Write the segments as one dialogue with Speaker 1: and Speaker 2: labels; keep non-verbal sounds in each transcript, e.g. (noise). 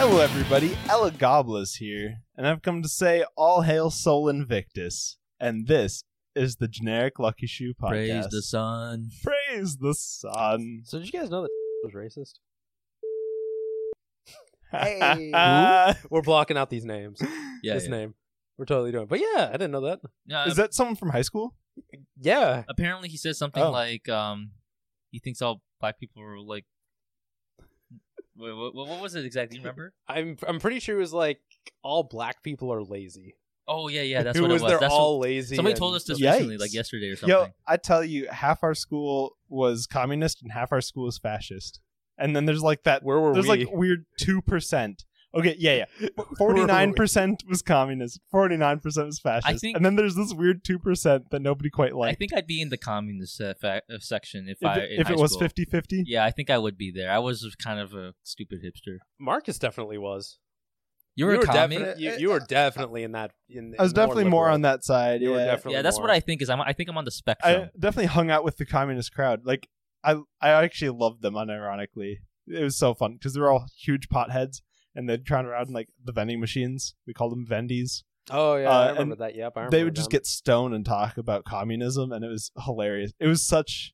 Speaker 1: Hello, everybody. Ella Goblas here, and I've come to say all hail Sol Invictus. And this is the Generic Lucky Shoe
Speaker 2: Praise
Speaker 1: Podcast.
Speaker 2: the sun.
Speaker 1: Praise the sun.
Speaker 3: So did you guys know that (laughs) was racist?
Speaker 4: Hey.
Speaker 3: We're blocking out these names.
Speaker 2: (laughs) Yeah.
Speaker 3: this
Speaker 2: yeah.
Speaker 3: name. We're totally doing. But yeah, I didn't know that.
Speaker 1: (laughs)
Speaker 2: No, um,
Speaker 1: is that someone from high school?
Speaker 3: Yeah.
Speaker 2: apparently he said something
Speaker 3: Oh.
Speaker 2: like um he thinks all black people are like Wait, what, what was it exactly? You remember?
Speaker 3: I'm I'm pretty sure it was like all black people are lazy.
Speaker 2: Oh yeah, yeah, that's
Speaker 3: it
Speaker 2: what
Speaker 3: was.
Speaker 2: it was.
Speaker 3: They're
Speaker 2: That's
Speaker 3: all
Speaker 2: what,
Speaker 3: lazy.
Speaker 2: somebody
Speaker 3: and-
Speaker 2: told us this
Speaker 1: Yikes.
Speaker 2: recently, like yesterday or something.
Speaker 1: Yo, I tell you, half our school was communist and half our school was fascist. And then there's like that.
Speaker 3: where were
Speaker 1: There's
Speaker 3: we?
Speaker 1: like weird two percent. Okay, yeah,
Speaker 3: (laughs)
Speaker 1: yeah. Forty nine percent was communist. Forty nine percent was fascist.
Speaker 2: think-
Speaker 1: and then there's this weird two percent that nobody quite
Speaker 2: I
Speaker 1: liked.
Speaker 2: think I'd be in the communist uh, fa- uh, section if,
Speaker 1: if
Speaker 2: I
Speaker 1: it,
Speaker 2: in
Speaker 1: if
Speaker 2: high
Speaker 1: it was
Speaker 2: school.
Speaker 1: 50 50
Speaker 2: Yeah, I think I would be there. I was kind of a stupid hipster.
Speaker 3: Marcus definitely was.
Speaker 2: You were a commie.
Speaker 3: definite- you, you were definitely in that. In,
Speaker 1: i was definitely more, on that side
Speaker 3: You
Speaker 1: yeah.
Speaker 3: were definitely.
Speaker 2: Yeah, that's
Speaker 3: more.
Speaker 2: what I think is. I'm, I think I'm on the spectrum.
Speaker 1: i (laughs) definitely hung out with the communist crowd like i i actually loved them unironically it was so fun because they were all huge potheads and they'd turn around like the vending machines we called them vendies
Speaker 3: Oh yeah,
Speaker 1: uh,
Speaker 3: I
Speaker 1: and
Speaker 3: remember that. Yep, I remember
Speaker 1: they would just get stoned and talk about communism and it was hilarious it was such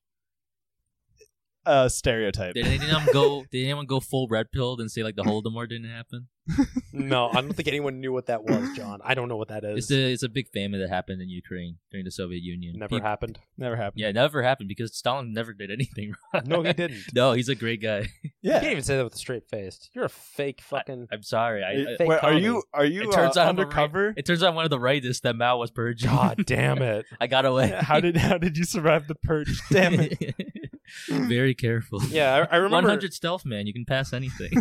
Speaker 1: a stereotype
Speaker 2: Did anyone go? Did anyone go full red pilled and say like the Voldemort didn't happen?
Speaker 3: get. (laughs) no, I don't think anyone knew what that was, John. I don't know what that
Speaker 2: It's
Speaker 3: is.
Speaker 2: a it's a big famine that happened in Ukraine during the Soviet Union.
Speaker 3: Never
Speaker 2: Peop-
Speaker 3: happened.
Speaker 1: never happened
Speaker 2: Yeah, never happened because Stalin never did anything (laughs) wrong.
Speaker 3: No, he didn't.
Speaker 2: no, he's a great guy. (laughs)
Speaker 3: You
Speaker 1: yeah,
Speaker 3: can't even say that with a straight face. You're a fake fucking.
Speaker 2: I'm sorry. I, I,
Speaker 3: fake
Speaker 1: Wait, are
Speaker 3: comedy.
Speaker 1: you are you
Speaker 2: it turns
Speaker 1: uh,
Speaker 2: out I'm a right- (laughs)
Speaker 1: undercover
Speaker 2: it turns out I'm one of the rightists that Mao was purging. (laughs)
Speaker 3: God damn it.
Speaker 2: I got away. (laughs)
Speaker 1: how did how did you survive the purge damn it
Speaker 2: Very careful.
Speaker 3: Yeah, I, I remember
Speaker 2: 100 stealth man. You can
Speaker 1: (laughs)
Speaker 2: pass anything.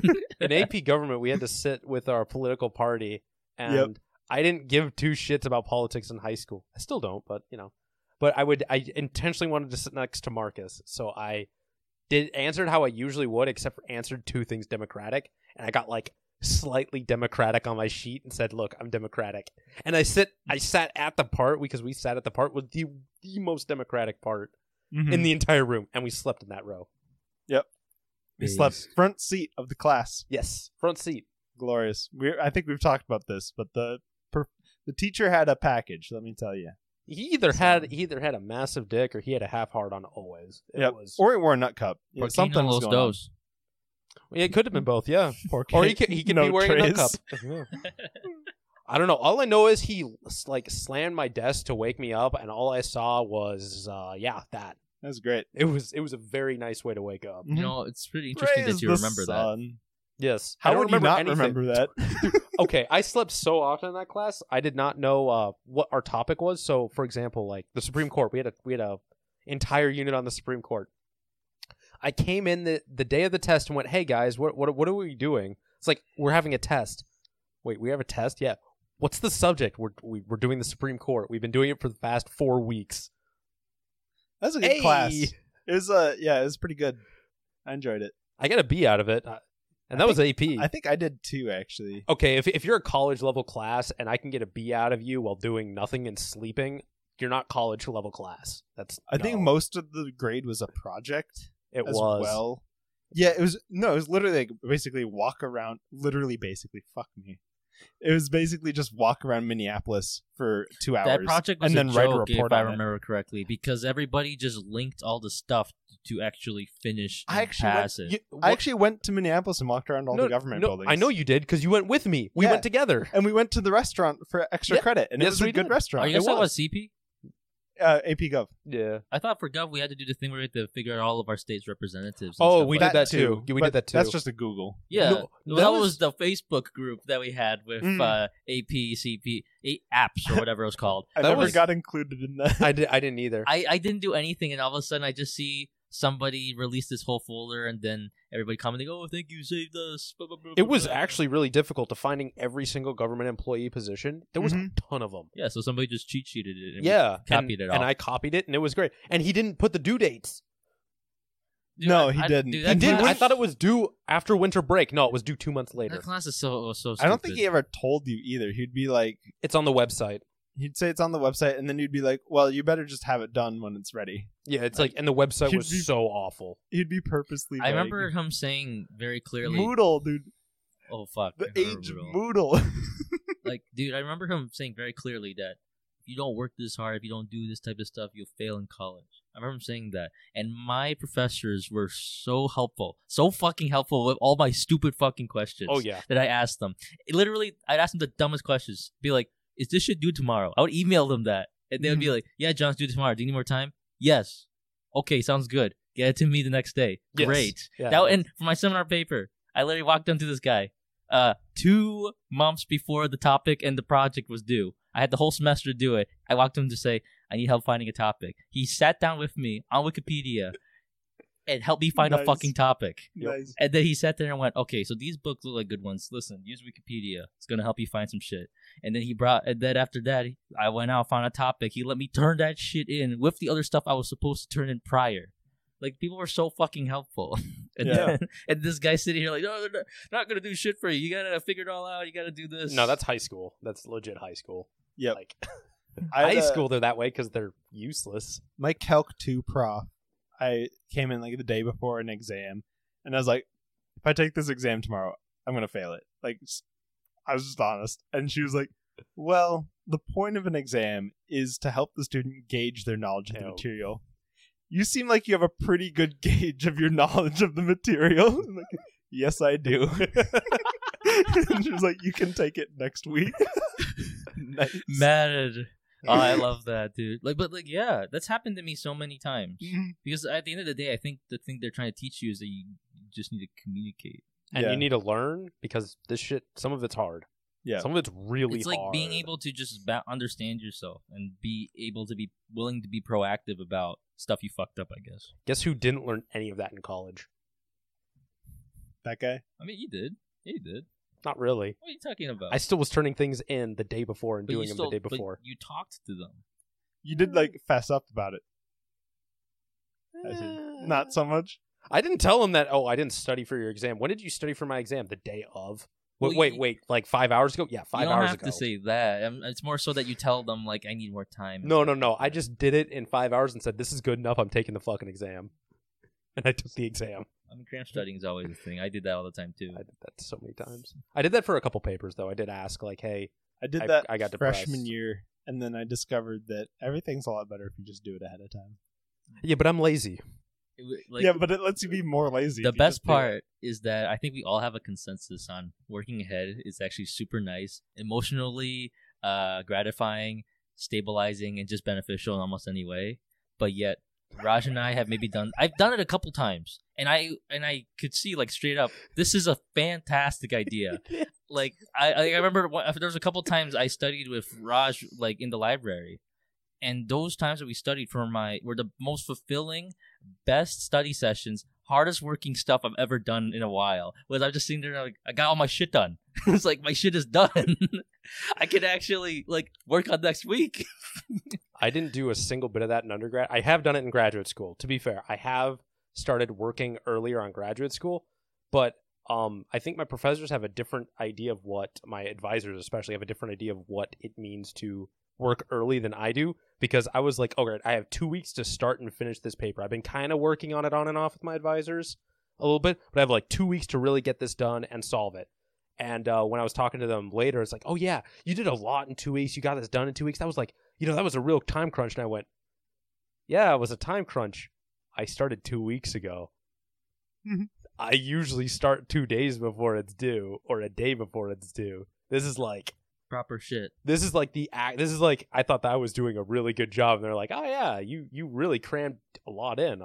Speaker 2: (laughs)
Speaker 3: in AP government, we had to sit with our political party, and
Speaker 1: Yep.
Speaker 3: I didn't give two shits about politics in high school. I still don't, but you know, but I would. I intentionally wanted to sit next to Marcus, so I did answered how I usually would, except for answered two things Democratic, and I got like slightly Democratic on my sheet and said, "Look, I'm Democratic," and I sit. I sat at the part because we sat at the part with the the most Democratic part
Speaker 1: Mhm.
Speaker 3: in the entire room, and we slept in that row.
Speaker 1: We slept front seat of the class.
Speaker 3: Yes, front seat.
Speaker 1: Glorious. We I think we've talked about this, but the per, the teacher had a package. Let me tell you.
Speaker 3: He either had he either had a massive dick or he had a half hard on always. It
Speaker 1: Yep.
Speaker 3: was
Speaker 1: Or he wore a nut cup. You know,
Speaker 2: Porcino
Speaker 1: something was
Speaker 2: los
Speaker 1: going
Speaker 2: dos.
Speaker 3: Yeah, it could have been both, (laughs) yeah.
Speaker 1: on. Pork-
Speaker 3: Or he could he could
Speaker 1: no
Speaker 3: be wearing a nut
Speaker 1: trays.
Speaker 3: (laughs) cup. I don't know. All I know is he s- like slammed my desk to wake me up and all I saw was uh yeah, that.
Speaker 1: That was great.
Speaker 3: It was it was a very nice way to wake up.
Speaker 1: Mm-hmm.
Speaker 2: You know, it's pretty interesting that you remember that.
Speaker 3: Yes. I
Speaker 1: How
Speaker 3: don't
Speaker 1: would you
Speaker 3: remember
Speaker 1: not
Speaker 3: anything.
Speaker 1: remember that?
Speaker 3: okay, I slept so often in that class, I did not know uh, what our topic was. So, for example, like the Supreme Court, we had a we had a entire unit on the Supreme Court. I came in the the day of the test and went, "Hey guys, what what what are we doing?" It's like we're having a test. Wait, we have a test? Yeah. What's the subject? We're we, we're doing the Supreme Court. We've been doing it for the past four weeks.
Speaker 1: That's a good class.
Speaker 3: Hey!
Speaker 1: It was uh yeah, it was pretty good. I enjoyed it.
Speaker 3: I got a B out of it, Uh, and
Speaker 1: I
Speaker 3: that was AP.
Speaker 1: I think I did too, actually.
Speaker 3: okay, if, if you're a college level class and I can get a B out of you while doing nothing and sleeping, you're not college level class. That's
Speaker 1: I think
Speaker 3: no.
Speaker 1: most of the grade was a project
Speaker 3: it
Speaker 1: as
Speaker 3: was
Speaker 1: well. Yeah, it was no, it was literally like basically walk around, literally basically fuck me. It was basically just walk around Minneapolis for two hours.
Speaker 2: That project was
Speaker 1: and then
Speaker 2: a
Speaker 1: write a
Speaker 2: joke,
Speaker 1: report
Speaker 2: if I
Speaker 1: on it.
Speaker 2: remember correctly, because everybody just linked all the stuff to actually finish
Speaker 1: I
Speaker 2: and
Speaker 1: actually
Speaker 2: pass
Speaker 1: went,
Speaker 2: it.
Speaker 1: you- I actually went to Minneapolis and walked around all
Speaker 3: no,
Speaker 1: the government
Speaker 3: no,
Speaker 1: buildings.
Speaker 3: I know you did because you went with me. We
Speaker 1: Yeah.
Speaker 3: went together.
Speaker 1: And we went to the restaurant for extra
Speaker 3: Yeah.
Speaker 1: credit, and it
Speaker 3: Yes,
Speaker 1: was a
Speaker 3: we
Speaker 1: good
Speaker 3: did.
Speaker 1: restaurant.
Speaker 2: Are you
Speaker 1: it
Speaker 2: guys talking about
Speaker 1: was
Speaker 2: CP?
Speaker 1: uh, AP Gov.
Speaker 3: Yeah.
Speaker 2: I thought for Gov we had to do the thing where we had to figure out all of our state's representatives. and
Speaker 3: Oh,
Speaker 2: stuff
Speaker 3: we
Speaker 2: like
Speaker 3: did that too. We
Speaker 1: but
Speaker 3: did that too.
Speaker 1: That's just a Google.
Speaker 2: Yeah,
Speaker 3: No,
Speaker 2: well,
Speaker 3: that
Speaker 2: that, was...
Speaker 3: was-
Speaker 2: the Facebook group that we had with
Speaker 1: Mm.
Speaker 2: uh, AP, CP, A- apps or whatever it was called.
Speaker 1: I
Speaker 3: That
Speaker 1: never
Speaker 3: was-
Speaker 1: got included in that.
Speaker 3: (laughs) I did. I didn't either.
Speaker 2: I, I didn't do anything, and all of a sudden I just see somebody release this whole folder, and then everybody commenting, "Oh, thank you, saved us." blah, blah, blah,
Speaker 3: it
Speaker 2: blah,
Speaker 3: was
Speaker 2: blah."
Speaker 3: actually really difficult to finding every single government employee position. There was a
Speaker 1: Mm-hmm.
Speaker 3: ton of them.
Speaker 2: yeah. So somebody just cheat sheeted it. And
Speaker 3: yeah,
Speaker 2: we copied
Speaker 3: and,
Speaker 2: it all.
Speaker 3: and I copied it, and it was great. And he didn't put the due dates.
Speaker 2: Dude,
Speaker 1: No,
Speaker 2: I-
Speaker 1: he
Speaker 2: I-
Speaker 1: didn't.
Speaker 2: dude,
Speaker 1: He
Speaker 2: that
Speaker 3: He didn't.
Speaker 2: class-
Speaker 3: I thought it was due after winter break. No, it was due two months later.
Speaker 2: That class is so so.
Speaker 1: (laughs)
Speaker 2: Stupid.
Speaker 1: I don't think he ever told you either. He'd be like,
Speaker 3: It's on the website.
Speaker 1: he'd say it's on the website, and then you'd be like, well, you better just have it done when it's ready.
Speaker 3: Yeah, it's like, and the website
Speaker 1: Should
Speaker 3: was
Speaker 1: be-
Speaker 3: so awful.
Speaker 1: He'd be purposely.
Speaker 2: I
Speaker 1: vague.
Speaker 2: remember him saying very clearly.
Speaker 1: Moodle, dude.
Speaker 2: Oh fuck.
Speaker 1: The
Speaker 2: I remember
Speaker 1: age
Speaker 2: Moodle.
Speaker 1: Moodle. (laughs)
Speaker 2: like, dude, I remember him saying very clearly that if you don't work this hard, if you don't do this type of stuff, you'll fail in college. I remember him saying that. And my professors were so helpful, so fucking helpful with all my stupid fucking questions
Speaker 3: Oh yeah.
Speaker 2: that I asked them. It literally, I'd ask them the dumbest questions. Be like, is this shit due tomorrow? I would email them that. And they would
Speaker 3: Mm-hmm.
Speaker 2: be like, yeah, John's due tomorrow. Do you need more time? Yes. Okay, sounds good. Get it to me the next day.
Speaker 3: Yes.
Speaker 2: Great.
Speaker 3: Yeah.
Speaker 2: That and for my seminar paper, I literally walked up to this guy uh two months before the topic and the project was due. I had the whole semester to do it. I walked him to say, I need help finding a topic. He sat down with me on Wikipedia and helped me find a
Speaker 1: Nice.
Speaker 2: fucking topic.
Speaker 1: nice.
Speaker 2: And then he sat there and went, "Okay, so these books look like good ones. Listen, use Wikipedia. It's gonna help you find some shit." And then he brought. And then after that, I went out, found a topic. He let me turn that shit in with the other stuff I was supposed to turn in prior. Like people were so fucking helpful. (laughs) and,
Speaker 1: Yeah.
Speaker 2: then, and this guy sitting here like, "No, they're not, not gonna do shit for you. You gotta figure it all out. You gotta do this."
Speaker 3: No, that's high school. That's legit high school.
Speaker 1: Yep.
Speaker 3: Like (laughs)
Speaker 1: I uh, had
Speaker 3: high
Speaker 1: a-
Speaker 3: school, they're that way because they're useless.
Speaker 1: my calc 2 prof i came in like the day before an exam and i was like if i take this exam tomorrow i'm gonna fail it like s- i was just honest and she was like well the point of an exam is to help the student gauge their knowledge of the
Speaker 3: No.
Speaker 1: material you seem like you have a pretty good (laughs) gauge of your knowledge of the material (laughs) I'm like, yes i do (laughs) and she was like you can take it next week nice.
Speaker 3: (laughs)
Speaker 2: matted. Oh, I love that, dude. Like, but like, yeah, that's happened to me so many times.
Speaker 3: Mm-hmm.
Speaker 1: Mhm.
Speaker 2: Because at the end of the day, I think the thing they're trying to teach you is that you just need to communicate.
Speaker 3: And
Speaker 1: Yeah.
Speaker 3: you need to learn because this shit some of it's hard.
Speaker 1: Yeah.
Speaker 3: Some of it's really
Speaker 2: it's like
Speaker 3: hard.
Speaker 2: being able to just ba- understand yourself and be able to be willing to be proactive about stuff you fucked up. I guess.
Speaker 3: Guess who didn't learn any of that in college?
Speaker 1: that guy
Speaker 2: I mean, you did. Yeah, you did.
Speaker 3: Not really.
Speaker 2: What are you talking about?
Speaker 3: I still was turning things in the day before and
Speaker 2: But you
Speaker 3: doing them
Speaker 2: still-
Speaker 3: the day
Speaker 2: but
Speaker 3: before.
Speaker 2: you talked to them.
Speaker 1: you did like fess up about it I see.
Speaker 3: Eh.
Speaker 1: not so much
Speaker 3: I didn't tell him that. Oh, I didn't study for your exam. When did you study for my exam? The day of. Wait,
Speaker 2: Well, you-
Speaker 3: wait, wait. Like five hours ago? Yeah, five
Speaker 2: you don't
Speaker 3: hours
Speaker 2: have
Speaker 3: ago.
Speaker 2: to say that. Um, It's more so that you tell them like, I need more time. and
Speaker 3: no,
Speaker 2: stuff
Speaker 3: no,
Speaker 2: like
Speaker 3: no. I
Speaker 2: that.
Speaker 3: just did it in five hours and said, "This is good enough. I'm taking the fucking exam," (laughs) and I took the exam.
Speaker 2: I mean, cramp studying is always a thing. I did that all the time too.
Speaker 3: I did that so many times. I did that for a couple papers though. I did ask, like, "Hey,
Speaker 1: I did
Speaker 3: I-
Speaker 1: that
Speaker 3: I got
Speaker 1: freshman
Speaker 3: depressed.
Speaker 1: year, and then I discovered that everything's a lot better if you just do it ahead of time.
Speaker 3: yeah, but I'm lazy."
Speaker 2: It w- like,
Speaker 1: yeah, but it lets you be more lazy.
Speaker 2: the
Speaker 1: if you
Speaker 2: best
Speaker 1: just do it.
Speaker 2: part is that I think we all have a consensus on working ahead is actually super nice, emotionally uh, gratifying, stabilizing, and just beneficial in almost any way. But yet, Raj and I have maybe done. I've done it a couple times, and I and I could see like straight up, this is a fantastic idea. Like I I remember one, there was a couple times I studied with Raj like in the library, and those times that we studied for my were the most fulfilling best study sessions, hardest working stuff I've ever done in a while. Was I'm just sitting there like I got all my shit done. (laughs) it's like my shit is done. (laughs) I can actually like work on next week. (laughs)
Speaker 3: I didn't do a single bit of that in undergrad. I have done it in graduate school. To be fair, I have started working earlier on graduate school, but um, I think my professors have a different idea of what my advisors, especially, have a different idea of what it means to work early than I do. Because I was like, okay, I have two weeks to start and finish this paper. I've been kind of working on it on and off with my advisors a little bit, but I have like two weeks to really get this done and solve it. And uh, when I was talking to them later, it's like, oh yeah, you did a lot in two weeks. You got this done in two weeks. That was like you know, that was a real time crunch. And I went, yeah, it was a time crunch. I started two weeks ago.
Speaker 1: Mhm.
Speaker 3: I usually start two days before it's due or a day before it's due. This is like,
Speaker 2: Proper shit.
Speaker 3: this is like the act. This is like, I thought that I was doing a really good job. And they're like, oh, yeah, you, you really crammed a lot in.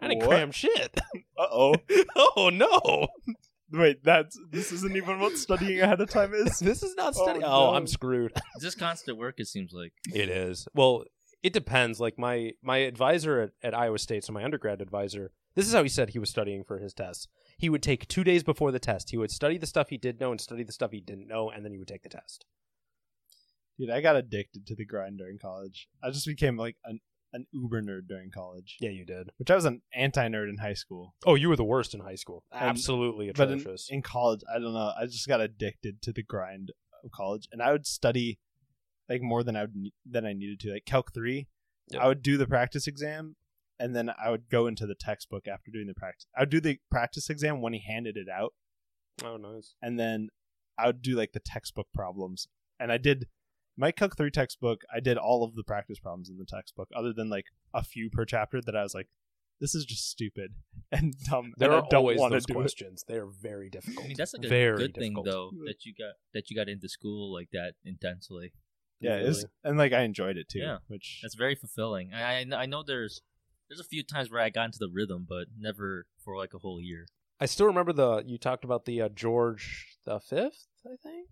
Speaker 3: I didn't
Speaker 1: What? (laughs)
Speaker 3: cram shit.
Speaker 1: Uh oh.
Speaker 3: (laughs) oh,
Speaker 1: (laughs)
Speaker 3: no.
Speaker 1: Wait, that's this isn't even what studying ahead of time is.
Speaker 3: (laughs) This is not
Speaker 1: Oh,
Speaker 3: study.
Speaker 1: no.
Speaker 3: oh I'm screwed.
Speaker 2: It's just constant work. It seems like
Speaker 3: It is. Well, it depends. Like my my advisor at, at Iowa State, so my undergrad advisor, this is how he said he was studying for his tests. He would take two days before the test. He would study the stuff he did know and study the stuff he didn't know, and then he would take the test.
Speaker 1: Dude, I got addicted to the grind during college. I just became like an an uber nerd during college,
Speaker 3: Yeah, you did.
Speaker 1: which I was an anti nerd in high school.
Speaker 3: Oh, you were the worst in high school.
Speaker 2: Um,
Speaker 1: And-
Speaker 3: Absolutely
Speaker 1: But in,
Speaker 3: atrocious.
Speaker 1: in college, I don't know. I just got addicted to the grind of college, and I would study like more than I would ne- than I needed to. Like Calc three,
Speaker 3: Yep.
Speaker 1: I would do the practice exam, and then I would go into the textbook after doing the practice. I would do the practice exam when he handed it out,
Speaker 3: Oh, nice.
Speaker 1: and then I would do like the textbook problems. And I did my Calc 3 textbook, I did all of the practice problems in the textbook, other than like a few per chapter that I was like, this is just stupid (laughs) and dumb.
Speaker 3: There
Speaker 1: and
Speaker 3: are
Speaker 1: I don't
Speaker 3: always
Speaker 1: want
Speaker 3: those
Speaker 1: to do it.
Speaker 3: questions. They are very difficult.
Speaker 2: I mean, that's like a
Speaker 3: Very
Speaker 2: good thing
Speaker 3: difficult.
Speaker 2: though that you got that you got into school like that intensely.
Speaker 1: Yeah, it was,
Speaker 3: Really.
Speaker 1: and like I enjoyed it too.
Speaker 2: Yeah.
Speaker 1: Which
Speaker 2: That's very fulfilling. I, I I know there's there's a few times where I got into the rhythm, but never for like a whole year.
Speaker 3: I still remember the you talked about the uh, George the fifth, I think.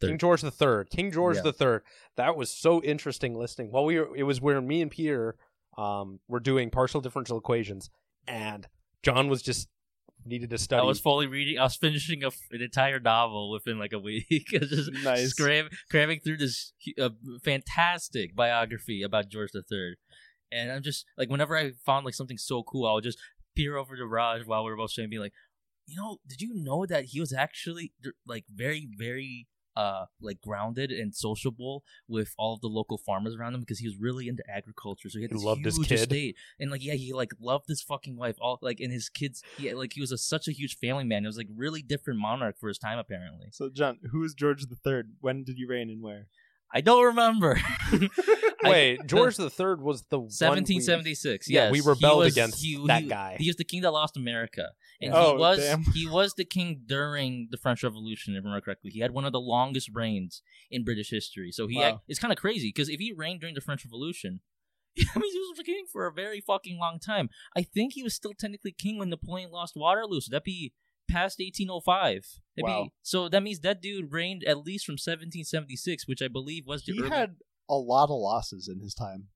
Speaker 3: King
Speaker 2: Third.
Speaker 3: George the third. King George
Speaker 2: Yeah.
Speaker 3: the third. That was so interesting listening. Well, we were, it was where me and Peter um were doing partial differential equations, and John was just needed to study.
Speaker 2: I was fully reading. I was finishing a, f- an entire novel within like a week. (laughs) I was just
Speaker 3: (laughs)
Speaker 1: Nice.
Speaker 2: scram- cramming through this hu- uh, fantastic biography about George III. And I'm just like, whenever I found like something so cool, I would just peer over to Raj while we were both sitting, and be like, you know, did you know that he was actually d- like very, very uh like grounded and sociable with all of the local farmers around him because he was really into agriculture so he had
Speaker 3: He
Speaker 2: this
Speaker 3: loved his
Speaker 2: huge
Speaker 3: kid.
Speaker 2: estate and like yeah he like loved his fucking wife all like and his kids he had, like he was a, such a huge family man it was like really different monarch for his time apparently
Speaker 1: so John, who is George the Third? When did you reign and where?
Speaker 2: I don't
Speaker 3: (laughs)
Speaker 2: remember. (laughs) I-
Speaker 3: Wait,
Speaker 2: (laughs) the-
Speaker 3: George the third was the one we-
Speaker 2: 1776.
Speaker 3: Yeah,
Speaker 2: yes.
Speaker 3: we
Speaker 2: He
Speaker 3: rebelled
Speaker 2: was-
Speaker 3: against
Speaker 2: he-
Speaker 3: that
Speaker 2: he-
Speaker 3: guy.
Speaker 2: He was the king that lost America, and
Speaker 1: Oh,
Speaker 2: he was
Speaker 1: damn.
Speaker 2: he was the king during the French Revolution. If I remember correctly, he had one of the longest reigns in British history. So he
Speaker 1: Wow.
Speaker 2: act- it's kind of crazy because if he reigned during the French Revolution, (laughs) I mean he was king for a very fucking long time. I think he was still technically king when Napoleon lost Waterloo. So that'd be past 1805. That'd
Speaker 1: Wow.
Speaker 2: be, so that means that dude reigned at least from 1776, which I believe was the
Speaker 1: He
Speaker 2: early
Speaker 1: had a lot of losses in his time.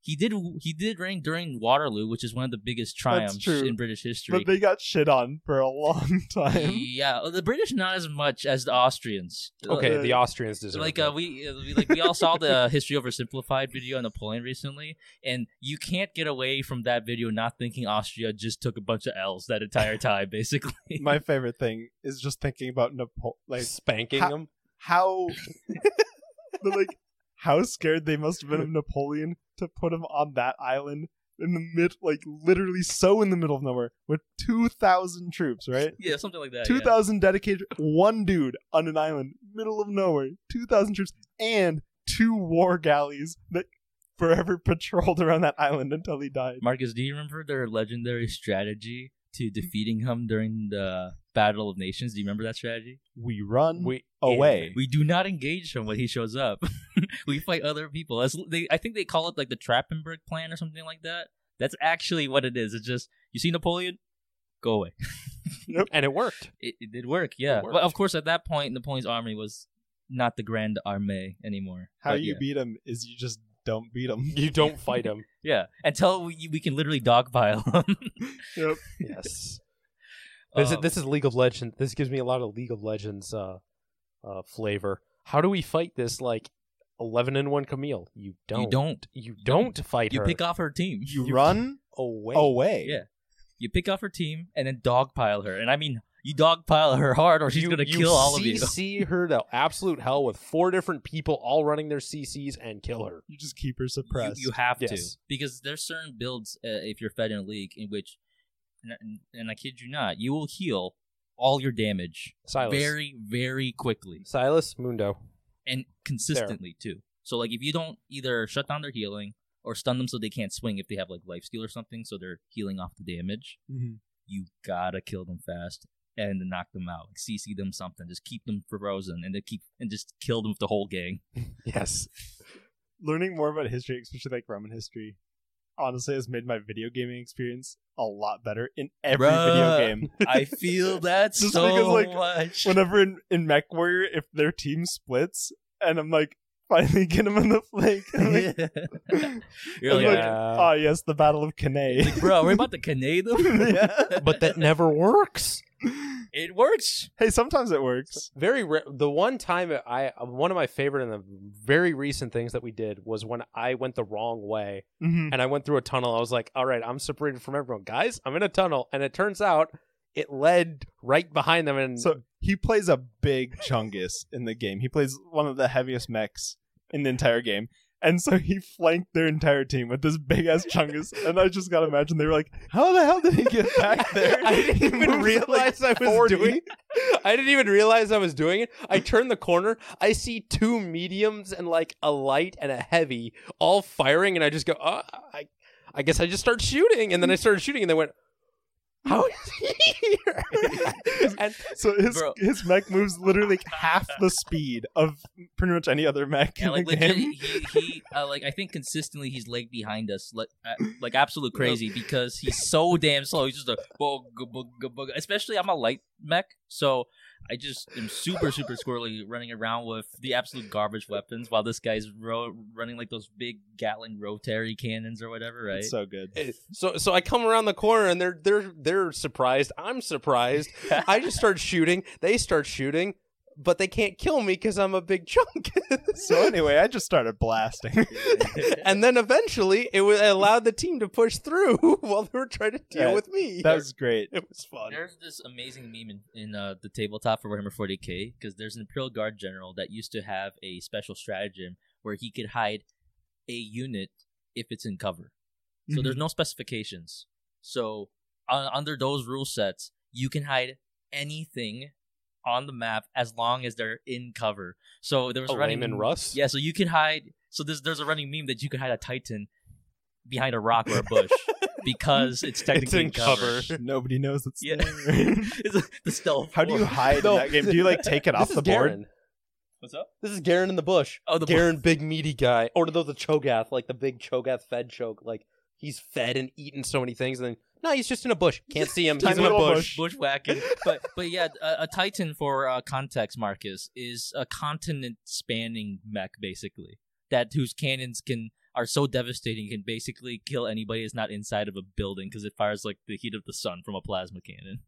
Speaker 2: he did he did reign during Waterloo, which is one of the biggest triumphs
Speaker 1: true.
Speaker 2: in British history.
Speaker 1: But they got shit on for a long (laughs) time.
Speaker 2: yeah, the British not as much as the Austrians.
Speaker 3: Okay,
Speaker 1: Uh,
Speaker 3: the Austrians deserve
Speaker 2: Like
Speaker 3: it.
Speaker 2: uh, we, uh, we like we all saw the (laughs) uh, history oversimplified video on Napoleon recently, and you can't get away from that video not thinking Austria just took a bunch of L's
Speaker 1: (laughs)
Speaker 2: that entire time, basically. (laughs)
Speaker 1: My favorite thing is just thinking about Napoleon. Like
Speaker 3: spanking
Speaker 1: how-
Speaker 3: them.
Speaker 2: (laughs)
Speaker 1: how but like how scared they must have been of Napoleon to put him on that island in the mid like literally so in the middle of nowhere with 2000 troops right
Speaker 2: yeah, something like that. Uh, yeah.
Speaker 1: 2000 dedicated one dude on an island middle of nowhere 2000 troops and two war galleys that forever (laughs) patrolled around that island until he died
Speaker 2: Marcus, do you remember their legendary strategy to defeating him during the Battle of Nations? Do you remember that strategy?
Speaker 1: we run
Speaker 3: We
Speaker 1: away
Speaker 2: We do not engage him when he shows up. (laughs) we fight other people. That's, they, I think they call it like the Trappenberg plan or something like that. That's actually what it is. It's just you see Napoleon, go away.
Speaker 3: and it worked.
Speaker 2: It, it did work, yeah.
Speaker 3: worked.
Speaker 2: But of course, at that point, Napoleon's army was not the Grand Armée anymore.
Speaker 1: how
Speaker 2: But
Speaker 1: you
Speaker 2: yeah.
Speaker 1: beat him is you just don't beat him (laughs)
Speaker 3: You don't fight them.
Speaker 2: yeah, until we, we can literally dogpile (laughs) him.
Speaker 1: yep
Speaker 3: yes. This is
Speaker 2: Um,
Speaker 3: this is League of Legends. This gives me a lot of League of Legends uh, uh, flavor. How do we fight this like eleven and one Camille? You don't.
Speaker 2: You don't.
Speaker 3: You don't fight
Speaker 2: You
Speaker 3: her. Oh,
Speaker 2: pick Oh, off her team.
Speaker 1: you run
Speaker 3: away.
Speaker 1: away
Speaker 2: Yeah. You pick off her team and then dogpile her. And I mean, you dogpile her hard or she's
Speaker 3: You-
Speaker 2: going to
Speaker 3: you
Speaker 2: kill all of you.
Speaker 3: CC her to absolute hell with four different people all running their CCs and kill her.
Speaker 1: you just keep her
Speaker 2: You-
Speaker 1: suppressed
Speaker 2: You, have
Speaker 3: Yes.
Speaker 2: to because there's certain builds uh, if you're fed in a league in which, and, and I kid you not, you will heal all your damage
Speaker 3: Silas.
Speaker 2: very very quickly
Speaker 3: Silas Mundo.
Speaker 2: and consistently too. So like if you don't either shut down their healing or stun them so they can't swing if they have like life steal or something, so they're healing off the damage, (laughs)
Speaker 1: Mhm.
Speaker 2: you gotta kill them fast and knock them out, like CC them something, just keep them frozen and then keep and just kill them with the whole gang.
Speaker 3: Yes.
Speaker 1: learning more about history, especially like Roman history, honestly has made my video gaming experience a lot better in every video
Speaker 2: Bruh.
Speaker 1: game. (laughs)
Speaker 2: I feel that
Speaker 1: Just
Speaker 2: so
Speaker 1: because, like,
Speaker 2: much.
Speaker 1: Whenever in, in Mech Warrior, if their team splits and I'm like, finally get them in the
Speaker 3: (laughs)
Speaker 1: flank. I'm
Speaker 2: (laughs)
Speaker 1: like,
Speaker 2: You're
Speaker 1: I'm
Speaker 2: like,
Speaker 1: like,
Speaker 3: Yeah.
Speaker 1: ah, yes, the Battle of Cannae. (laughs)
Speaker 2: Like, (laughs) bro, we're about to canade them.
Speaker 1: Yeah.
Speaker 3: But that never works.
Speaker 2: it works.
Speaker 1: hey, sometimes it works.
Speaker 3: very rare. The one time I one of my favorite and the very recent things that we did was when I went the wrong way
Speaker 1: (laughs) Mhm.
Speaker 3: and I went through a tunnel. I was like, "All right, I'm separated from everyone, guys. I'm in a tunnel," and it turns out it led right behind them. And
Speaker 1: So he plays a big Chungus in the game. He plays one of the heaviest mechs in the entire game. And so he flanked their entire team with this big ass
Speaker 3: (laughs)
Speaker 1: chungus. And I just gotta imagine they were like, How the hell did he get back there?
Speaker 3: I
Speaker 1: (laughs)
Speaker 3: didn't
Speaker 1: He
Speaker 3: even
Speaker 1: moved at, like,
Speaker 3: realize I was
Speaker 1: 40.
Speaker 3: doing. I didn't even realize I was doing it. I turn the corner. I see two mediums and like a light and a heavy all firing, and I just go, oh, I, I guess I just start shooting, and then I started shooting, and they went, "How is he
Speaker 1: (laughs)
Speaker 3: here?" (laughs) and
Speaker 1: So his
Speaker 2: Bro.
Speaker 1: his mech moves literally half the speed of pretty much any other mech
Speaker 2: Yeah,
Speaker 1: in
Speaker 2: like
Speaker 1: the
Speaker 2: legit,
Speaker 1: game.
Speaker 2: he, he uh, like I think consistently he's leg behind us, like uh, like absolute crazy because he's so damn slow. He's just a bug, bug, bug. Especially I'm a light mech, so I just am super super squirrely running around with the absolute garbage weapons while this guy's ro- running like those big Gatling rotary cannons or whatever, right?
Speaker 1: It's so good.
Speaker 3: Eh, so so I come around the corner, and they're they're they're surprised. I'm surprised. I just start shooting. They start shooting. But they can't kill me because I'm a big chunk. (laughs)
Speaker 1: So anyway, I just started
Speaker 2: (laughs)
Speaker 1: blasting.
Speaker 3: and then eventually it wa- allowed the team to push through (laughs) while they were trying to deal
Speaker 1: Yeah,
Speaker 3: with me.
Speaker 1: That was great.
Speaker 3: it was fun.
Speaker 2: There's this amazing meme in, in uh, the tabletop for Warhammer 40k because there's an Imperial Guard general that used to have a special stratagem where he could hide a unit if it's in cover. So there's no specifications. So uh, under those rule sets, you can hide anything on the map as long as they're in cover. So there was a running
Speaker 3: Oh, Russ.
Speaker 2: yeah, so you can hide. So there's there's a running meme that you can hide a Titan behind a rock or a bush because it's technically
Speaker 3: in
Speaker 2: in cover.
Speaker 3: cover.
Speaker 1: Nobody knows it's
Speaker 2: Yeah.
Speaker 1: there. (laughs)
Speaker 2: (laughs) It's a- the stealth.
Speaker 1: How do you
Speaker 2: war.
Speaker 1: hide
Speaker 3: No.
Speaker 1: in that game? Do you like
Speaker 2: (laughs)
Speaker 1: take it off the board?
Speaker 2: What's up?
Speaker 3: This is Garen in the bush.
Speaker 2: Oh, the
Speaker 3: Garen, big meaty guy, or no, the Cho'Gath, like the big Cho'Gath fed Cho. Like he's fed and eaten so many things, and then no, he's just in a bush. Can't see him. he's
Speaker 1: Tiny
Speaker 3: in a
Speaker 1: little
Speaker 3: bush.
Speaker 1: bush.
Speaker 2: bushwhacking. But but yeah, a, a Titan for uh, context, Marcus is a continent-spanning mech basically that whose cannons can are so devastating can basically kill anybody that's not inside of a building because it fires like the heat of the sun from a plasma cannon.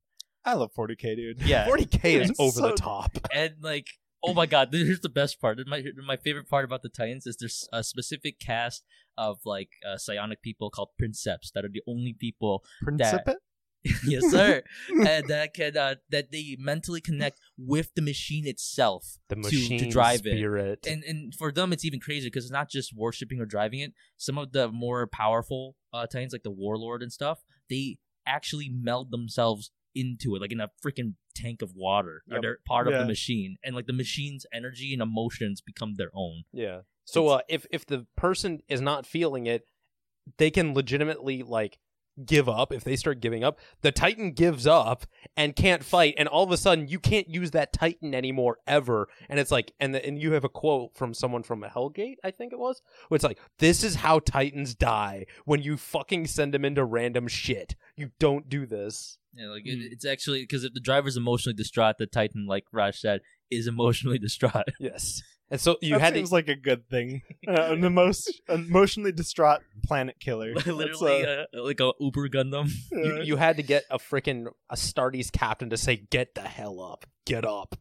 Speaker 1: I love 40k, dude.
Speaker 2: Yeah,
Speaker 3: 40k is
Speaker 1: It's
Speaker 3: over
Speaker 1: so-
Speaker 3: the top.
Speaker 2: (laughs) and like oh my god this- here's the best part my, my favorite part about the titans is there's a specific cast of like uh, psionic people called princeps that are the only people
Speaker 1: Principate?
Speaker 2: (laughs) yes sir uh, that can uh, that they mentally connect with the machine itself
Speaker 3: The
Speaker 2: to drive it.
Speaker 3: spirit.
Speaker 2: and and for them it's even crazier because it's not just worshipping or driving it some of the more powerful uh, titans like the warlord and stuff they actually meld themselves into it like in a freaking tank of water or
Speaker 1: Yep.
Speaker 2: they're part of
Speaker 1: Yeah.
Speaker 2: the machine and like the machine's energy and emotions become their own
Speaker 3: Yeah. So uh, if if the person is not feeling it, they can legitimately like give up. If they start giving up, the Titan gives up and can't fight, and all of a sudden you can't use that Titan anymore ever. And it's like, and the, and you have a quote from someone from Hellgate, I think it was, where it's like, "This is how Titans die when you fucking send them into random shit. You don't do this."
Speaker 2: Yeah, like it,
Speaker 1: Mm.
Speaker 2: it's actually because if the driver's emotionally distraught the titan like raj said is emotionally (laughs) distraught
Speaker 3: Yes. And so you
Speaker 1: that
Speaker 3: had
Speaker 1: seems
Speaker 3: to.
Speaker 1: like a good
Speaker 2: (laughs)
Speaker 1: thing. Uh, the most emotionally distraught planet killer. That's,
Speaker 2: (laughs) literally
Speaker 1: uh,
Speaker 2: uh, like a uber gundam
Speaker 3: You, you had to get a freaking Astartes captain to say, "Get the hell up, get up."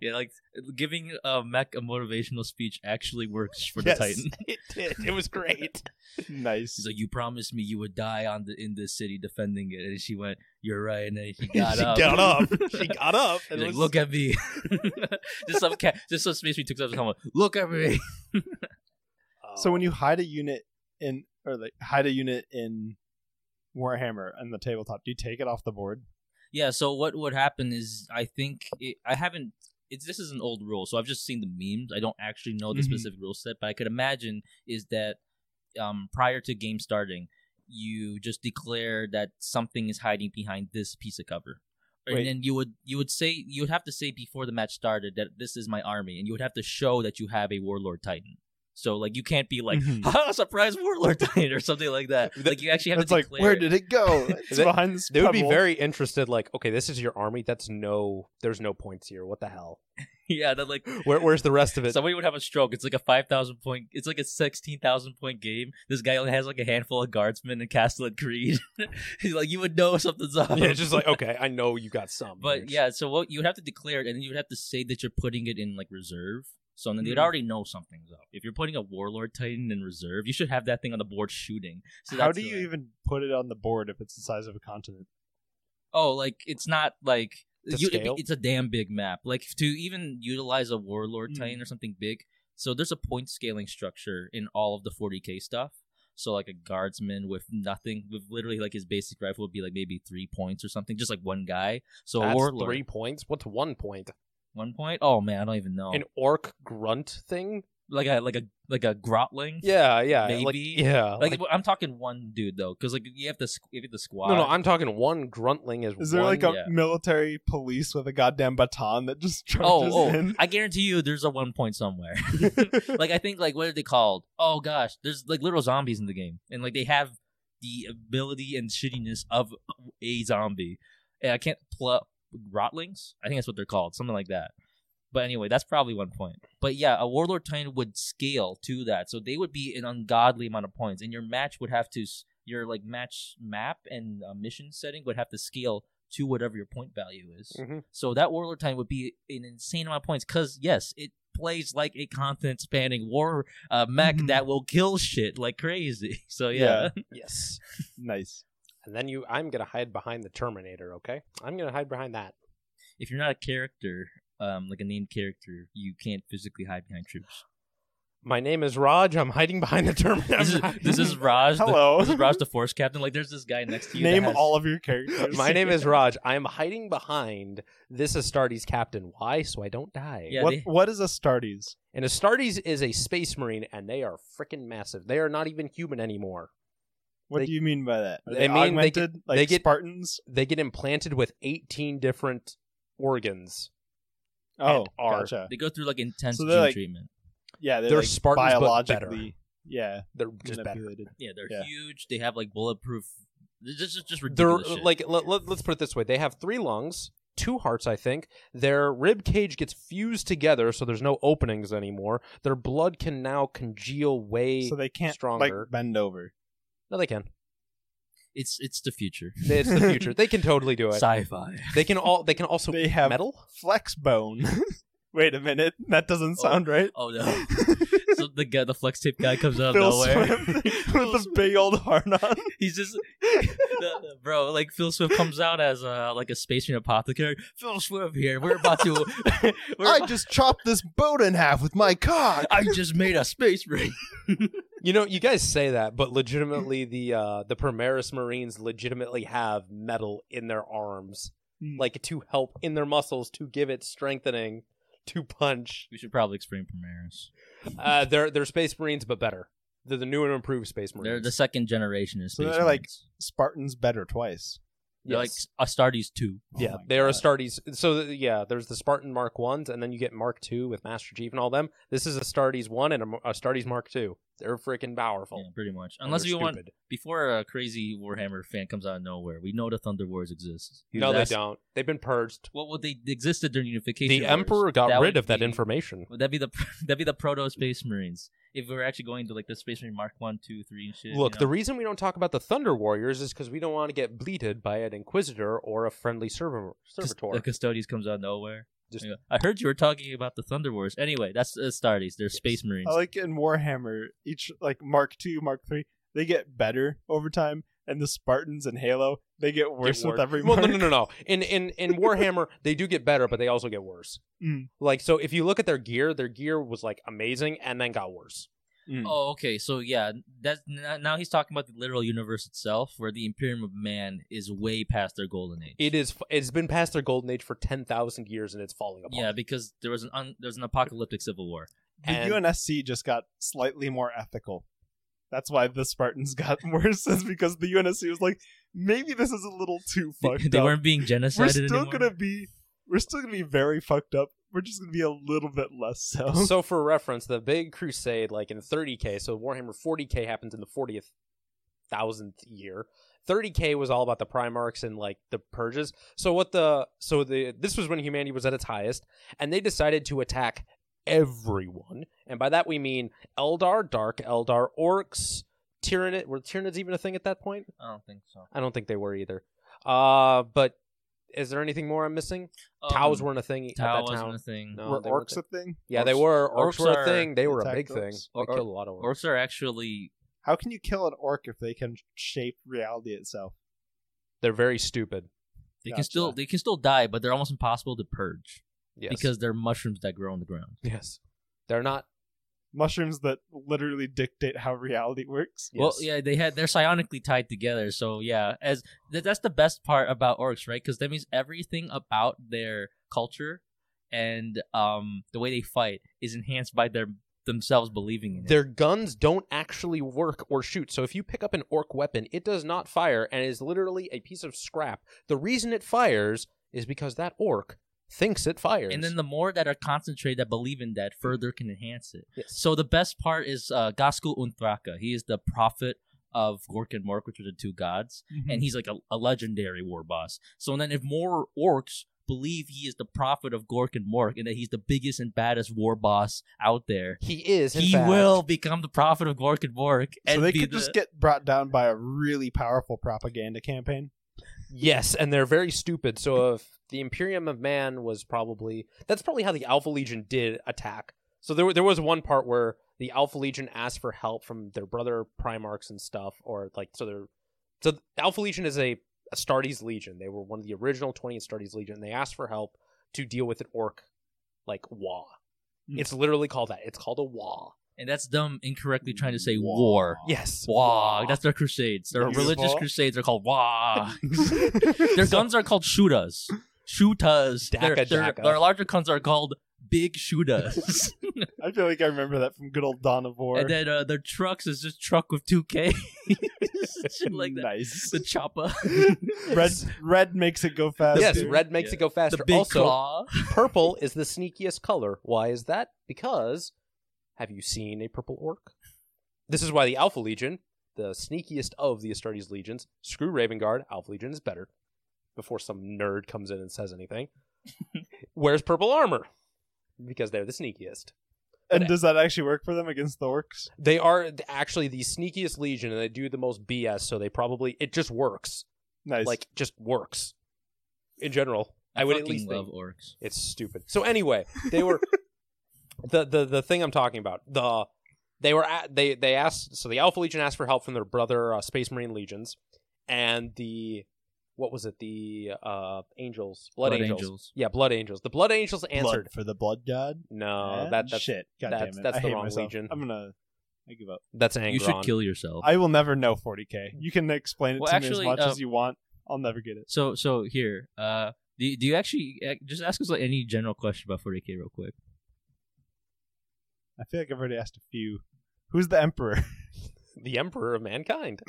Speaker 2: Yeah, like giving a mech a motivational speech actually works for
Speaker 3: Yes,
Speaker 2: the Titan.
Speaker 3: (laughs) It did. It was great.
Speaker 1: (laughs) nice.
Speaker 2: He's like, "You promised me you would die on the in this city defending it," and she went, "You're right." And
Speaker 3: (laughs)
Speaker 2: then she got
Speaker 3: she
Speaker 2: up.
Speaker 3: (laughs)
Speaker 2: (laughs)
Speaker 3: got up. (laughs) She got up.
Speaker 2: He's
Speaker 3: and
Speaker 2: like,
Speaker 3: was-
Speaker 2: "Look at me!" (laughs) just some cat, just some space we took up with someone. Look at me.
Speaker 3: (laughs) Oh.
Speaker 1: So when you hide a unit in, or like hide a unit in Warhammer on the tabletop, do you take it off the board?
Speaker 2: Yeah. So what would happen is, I think it, I haven't. It's this is an old rule, so I've just seen the memes. I don't actually know the
Speaker 1: Mhm.
Speaker 2: specific rule set, but I could imagine is that um, prior to game starting, you just declare that something is hiding behind this piece of cover.
Speaker 1: Wait.
Speaker 2: And then you would you would say you would have to say before the match started that this is my army, and you would have to show that you have a warlord titan. So like you can't be like
Speaker 3: Mm-hmm.
Speaker 1: Mhm.
Speaker 2: (laughs) ha surprise warlord (laughs) titan or something like that.
Speaker 3: That-
Speaker 2: Like you actually have
Speaker 1: It's
Speaker 2: to
Speaker 1: like,
Speaker 2: declare.
Speaker 1: where did it
Speaker 3: (laughs)
Speaker 1: go? It's
Speaker 3: They-
Speaker 1: behind this
Speaker 3: they would be
Speaker 1: pebble.
Speaker 3: very interested. Like, okay, this is your army. That's no. There's no points here. What the hell?
Speaker 2: (laughs) yeah that like
Speaker 3: Where, where's the rest
Speaker 2: (laughs)
Speaker 3: of it?
Speaker 2: Somebody would have a stroke. It's like a five thousand point. It's like a sixteen thousand point game. This guy only has like a handful of guardsmen in Castle and Creed. (laughs) He's like, you would know something's up.
Speaker 3: (laughs) yeah, it's just like okay, I know you got some.
Speaker 2: (laughs) But yeah, so what you would have to declare it, and then you would have to say that you're putting it in like reserve. So then they'd
Speaker 3: Mhm.
Speaker 2: already know something's up. If you're putting a warlord titan in reserve, you should have that thing on the board shooting. So
Speaker 1: How
Speaker 2: that's
Speaker 1: do
Speaker 2: the
Speaker 1: you
Speaker 2: way-
Speaker 1: even put it on the board if it's the size of a continent?
Speaker 2: Oh, like it's not like
Speaker 3: To
Speaker 2: you, it-
Speaker 3: scale?
Speaker 2: it's a damn big map. Like to even utilize a warlord
Speaker 1: Mm.
Speaker 2: titan or something big, So there's a point scaling structure in all of the 40k stuff. So like a guardsman with nothing, with literally like his basic rifle would be like maybe three points or something, just like one guy. So a
Speaker 3: That's
Speaker 2: warlord,
Speaker 3: three points. What's one point?
Speaker 2: one point. Oh man, I don't even know.
Speaker 3: An orc grunt thing?
Speaker 2: like a like a like a grotling.
Speaker 3: Yeah, yeah. Like,
Speaker 2: Maybe.
Speaker 3: yeah.
Speaker 2: Like, I'm talking one dude though, because like you have to squ- you have the squad.
Speaker 3: no, no, I'm talking one gruntling is,
Speaker 1: Is there
Speaker 3: one-
Speaker 1: like a
Speaker 2: yeah.
Speaker 1: military police with a goddamn baton that just
Speaker 2: Oh,
Speaker 1: charges
Speaker 2: oh,
Speaker 3: (laughs)
Speaker 1: in?
Speaker 2: I guarantee you, there's a one point somewhere. (laughs) like I think, like what are they called? Oh gosh, there's like little zombies in the game, and like they have the ability and shittiness of a zombie. And I can't pluck rotlings. I think that's what they're called, something like that. But anyway, that's probably one point. But yeah, a warlord titan would scale to that, so they would be an ungodly amount of points, and your match would have to s- your like match map and uh, mission setting would have to scale to whatever your point value is.
Speaker 3: Mhm.
Speaker 2: So that Warlord Titan would be an insane amount of points because yes, it plays like a continent spanning war uh, mech
Speaker 1: Mhm.
Speaker 2: that will kill shit like crazy. (laughs) So yeah,
Speaker 3: Yes.
Speaker 1: (laughs) nice.
Speaker 3: And then you I'm gonna hide behind the Terminator, okay? I'm gonna hide behind that.
Speaker 2: if you're not a character, um, like a named character, you can't physically hide behind troops.
Speaker 3: My name is Raj, I'm hiding behind the
Speaker 2: (laughs)
Speaker 3: Terminator.
Speaker 2: This is, this is Raj. the-
Speaker 1: Hello.
Speaker 2: this is Raj, the force captain. Like there's this guy next to you.
Speaker 1: Name
Speaker 2: that has-
Speaker 1: all of your characters.
Speaker 3: (laughs) My
Speaker 1: (laughs)
Speaker 2: (laughs)
Speaker 3: name is Raj. I'm hiding behind this Astartes captain. Why? So I don't die.
Speaker 2: Yeah,
Speaker 1: what
Speaker 2: they-
Speaker 1: what is Astartes?
Speaker 3: And Astartes is a space marine, and they are freaking massive. They are not even human anymore.
Speaker 1: What
Speaker 3: They-
Speaker 1: do you mean by that? Are
Speaker 3: I
Speaker 1: they
Speaker 3: mean, they
Speaker 1: augmented like
Speaker 3: they get-
Speaker 1: Spartans?
Speaker 3: They get implanted with 18 different organs.
Speaker 1: Oh,
Speaker 3: are-
Speaker 1: gotcha.
Speaker 2: They go through like intense
Speaker 1: So they're,
Speaker 2: gene
Speaker 1: like-
Speaker 2: treatment.
Speaker 1: Yeah, they're,
Speaker 3: They're
Speaker 1: like,
Speaker 3: Spartans, but
Speaker 1: biologically.
Speaker 3: better.
Speaker 1: Yeah,
Speaker 3: They're just better.
Speaker 1: manipulated.
Speaker 2: Yeah, they're
Speaker 1: Yeah.
Speaker 2: huge. They have like bulletproof. This is just, just
Speaker 3: They're
Speaker 2: ridiculous. shit.
Speaker 3: like let, let, us put it this way: they have three lungs, two hearts. I think their rib cage gets fused together, so there's no openings anymore. Their blood can now congeal way.
Speaker 1: So they can't
Speaker 3: stronger.
Speaker 1: like bend over.
Speaker 3: no, they can.
Speaker 2: it's it's the future.
Speaker 3: It's the future. they can totally do it.
Speaker 2: Sci-fi.
Speaker 3: They can all. They can also
Speaker 1: They have-
Speaker 3: metal.
Speaker 1: Flex bone. (laughs) Wait a minute, that doesn't sound right. (laughs)
Speaker 2: Oh no. so the guy, the flex tape guy comes out of
Speaker 1: Phil
Speaker 2: nowhere.
Speaker 1: (laughs) Swift with the big old heart (laughs) on.
Speaker 2: (laughs) He's just the- the- bro, like Phil Swift comes out as uh, like a space marine apothecary. Phil Swift here. We're about
Speaker 1: (laughs)
Speaker 2: to. (laughs) we're about-
Speaker 1: just chopped this boat in half with my cock.
Speaker 2: I just made a space marine.
Speaker 3: You know, you guys say that, but legitimately, the uh, the Primaris Marines legitimately have metal in their arms,
Speaker 1: Hmm.
Speaker 3: like to help in their muscles to give it strengthening to punch.
Speaker 2: We should probably explain Primaris.
Speaker 3: Uh, they're they're Space Marines, but better. They're the new and improved Space Marines.
Speaker 2: They're the second generation of
Speaker 1: So
Speaker 2: space
Speaker 1: they're, like,
Speaker 2: marines.
Speaker 1: Spartans better twice.
Speaker 2: They're
Speaker 3: Yes.
Speaker 2: like Astartes two.
Speaker 3: yeah,
Speaker 1: Oh my
Speaker 3: they are
Speaker 1: God.
Speaker 3: Astartes. So th- yeah, there's the Spartan Mark ones, and then you get Mark two with Master Chief and all them. This is Astartes one and a Mar- Astartes Mark two. They're freaking powerful.
Speaker 2: Yeah, pretty much.
Speaker 3: and
Speaker 2: Unless
Speaker 3: they're
Speaker 2: you want
Speaker 3: stupid.
Speaker 2: before a crazy Warhammer fan comes out of nowhere, we know the Thunder Wars exists. He
Speaker 3: no,
Speaker 2: was
Speaker 3: they
Speaker 2: asked-
Speaker 3: don't. They've been purged.
Speaker 2: Well, well, they they existed during unification.
Speaker 3: The
Speaker 2: wars.
Speaker 3: Emperor got rid
Speaker 2: would
Speaker 3: of that
Speaker 2: be-
Speaker 3: information.
Speaker 2: Would that be the (laughs) that be the proto space marines? If we were actually going to like the space marine Mark One, Two, Three, and shit.
Speaker 3: Look,
Speaker 2: you
Speaker 3: the
Speaker 2: know?
Speaker 3: reason we don't talk about the Thunder Warriors is because we don't want to get bleated by an Inquisitor or a friendly server,
Speaker 2: Just
Speaker 3: servitor.
Speaker 2: the custodians comes out of nowhere.
Speaker 3: Just-
Speaker 2: Yeah. I heard you were talking about the Thunder Wars. Anyway, that's Astartes. They're space marines.
Speaker 3: Oh,
Speaker 1: I like in Warhammer, each like Mark Two, Mark Three, they get better over time, and the Spartans in Halo, they get worse
Speaker 3: Get wor-
Speaker 1: with every
Speaker 3: well,
Speaker 1: mark.
Speaker 3: no, no, no, no. In in
Speaker 1: (laughs)
Speaker 3: in Warhammer, they do get better, but they also get worse.
Speaker 1: Mm.
Speaker 3: Like so, if you look at their gear, their gear was like amazing and then got worse.
Speaker 1: Mm.
Speaker 2: Oh, okay. So yeah, that's n- now he's talking about the literal universe itself, where the Imperium of Man is way past their golden age.
Speaker 3: It is. It's been past their golden age for ten thousand years, and it's falling apart.
Speaker 2: yeah, because there was an un- there was an apocalyptic civil war. (laughs)
Speaker 1: The
Speaker 3: and-
Speaker 1: UNSC just got slightly more ethical. That's why the Spartans (laughs) got worse, is because the UNSC was like, maybe this is a little too
Speaker 2: They,
Speaker 1: fucked
Speaker 2: they
Speaker 1: up.
Speaker 2: weren't being genocided
Speaker 1: (laughs) we're still
Speaker 2: anymore.
Speaker 1: gonna be, we're still gonna be very fucked up. We're just gonna be a little bit less so. (laughs)
Speaker 3: so for reference, the big crusade, like in 30k, so Warhammer 40k happens in the 40th thousandth year. 30k was all about the Primarchs and like the purges. So what the so the this was when humanity was at its highest, and they decided to attack everyone, and by that we mean Eldar, Dark Eldar, Orcs, Tyranid. Were Tyranids even a thing at that point?
Speaker 2: I don't think so.
Speaker 3: I don't think they were either. Uh, but is there anything more I'm missing? Taos
Speaker 2: Um,
Speaker 3: weren't a thing at
Speaker 2: Tau
Speaker 3: that
Speaker 2: wasn't
Speaker 3: time.
Speaker 2: a thing.
Speaker 3: No,
Speaker 1: were
Speaker 3: they weren't
Speaker 1: orcs a thing?
Speaker 3: yeah, they
Speaker 2: Orcs-
Speaker 3: were. Orcs,
Speaker 2: orcs
Speaker 3: were a
Speaker 2: are-
Speaker 3: thing. They were a
Speaker 1: attack
Speaker 3: big
Speaker 1: orcs.
Speaker 3: thing.
Speaker 2: Or-
Speaker 3: they killed a lot of orcs.
Speaker 2: Orcs are actually
Speaker 1: How can you kill an orc if they can shape reality itself?
Speaker 3: They're very stupid.
Speaker 2: they can
Speaker 1: Gotcha.
Speaker 2: still they can still die, but they're almost impossible to purge
Speaker 3: Yes.
Speaker 2: because they're mushrooms that grow on the ground.
Speaker 3: yes, they're not
Speaker 1: mushrooms that literally dictate how reality works.
Speaker 2: Well,
Speaker 3: Yes.
Speaker 2: yeah, they had they're psionically tied together. So yeah, as th- that's the best part about orcs, right? Because that means everything about their culture and um the way they fight is enhanced by their themselves believing in it.
Speaker 3: Their guns don't actually work or shoot. So if you pick up an orc weapon, it does not fire and is literally a piece of scrap. The reason it fires is because that orc thinks it fires.
Speaker 2: and then the more that are concentrated that believe in that, further can enhance it.
Speaker 3: Yes.
Speaker 2: So the best part is uh, Gaskul Unthraka. He is the prophet of Gork and Mork, which are the two gods.
Speaker 1: Mm-hmm.
Speaker 2: and he's like a, a legendary war boss. So then, if more orcs believe he is the prophet of Gork and Mork and that he's the biggest and baddest war boss out there,
Speaker 3: he is. in
Speaker 2: he
Speaker 3: fact-
Speaker 2: will become the prophet of Gork and Mork. And
Speaker 1: so they
Speaker 2: be
Speaker 1: could
Speaker 2: the-
Speaker 1: just get brought down by a really powerful propaganda campaign.
Speaker 3: Yes, and they're very stupid. So if the Imperium of Man was probably that's probably how the Alpha Legion did attack. So there wa- there was one part where the Alpha Legion asked for help from their brother Primarchs and stuff, or like so they're so the Alpha Legion is a Astartes Legion. They were one of the original 20th Astartes Legion, and they asked for help to deal with an orc like Wa.
Speaker 1: Hmm.
Speaker 3: It's literally called that. It's called a Wa.
Speaker 2: and that's them incorrectly trying to say war.
Speaker 1: (laughs)
Speaker 3: Yes.
Speaker 2: Wah, that's their crusades. Their
Speaker 1: Yes.
Speaker 2: religious
Speaker 1: Wah.
Speaker 2: crusades are called wah.
Speaker 1: Their
Speaker 2: Their guns are called shootas. Shootas. Their,
Speaker 3: Daka
Speaker 2: their,
Speaker 3: daka.
Speaker 2: their larger guns are called big shootas.
Speaker 3: (laughs)
Speaker 1: I feel like I remember that from good old Dawn of War.
Speaker 2: and then uh, their trucks is just truck with two K, (laughs) shit like that.
Speaker 1: Nice.
Speaker 2: The
Speaker 3: (laughs)
Speaker 2: chopper,
Speaker 1: (laughs) red red makes it go fast.
Speaker 3: yes,
Speaker 1: dude.
Speaker 3: red makes
Speaker 2: Yeah.
Speaker 3: it go faster.
Speaker 2: the big
Speaker 3: also,
Speaker 2: claw.
Speaker 3: purple is the sneakiest color. Why is that? Because have you seen a purple orc? This is why the Alpha Legion, the sneakiest of the Astartes legions, screw Raven Guard, Alpha Legion is better. Before some nerd comes in and says anything, wears purple armor because they're the sneakiest.
Speaker 1: And does that actually work for them against the orcs?
Speaker 3: They are th- actually the sneakiest legion, and they do the most BS. So they probably it just works,
Speaker 1: Nice.
Speaker 3: like just works. In general, I, would at
Speaker 2: fucking
Speaker 3: least
Speaker 2: love
Speaker 3: think.
Speaker 2: orcs.
Speaker 3: It's stupid. So anyway, they were the, the the thing I'm talking about. The they were at, they they asked so the Alpha Legion asked for help from their brother uh, Space Marine legions and the what was it the uh angels blood, angels. yeah blood angels the blood angels answered
Speaker 1: blood for the blood god.
Speaker 3: no
Speaker 1: Eh?
Speaker 3: that that's
Speaker 1: shit. God
Speaker 3: that's-
Speaker 1: damn it.
Speaker 3: that's
Speaker 1: I
Speaker 3: the
Speaker 1: hate
Speaker 3: wrong
Speaker 1: myself.
Speaker 3: legion.
Speaker 1: I'm gonna. I give up.
Speaker 3: that's Angron
Speaker 2: You should kill yourself.
Speaker 1: I will never know 40k. You can explain it
Speaker 2: Well,
Speaker 1: to
Speaker 2: actually,
Speaker 1: me as much
Speaker 2: uh,
Speaker 1: as you want. I'll never get it.
Speaker 2: so so here, uh, do do you actually eh, just ask us like any general question about 40k real quick?
Speaker 1: I feel like I've already asked a few. Who's the emperor? (laughs)
Speaker 3: the Emperor of mankind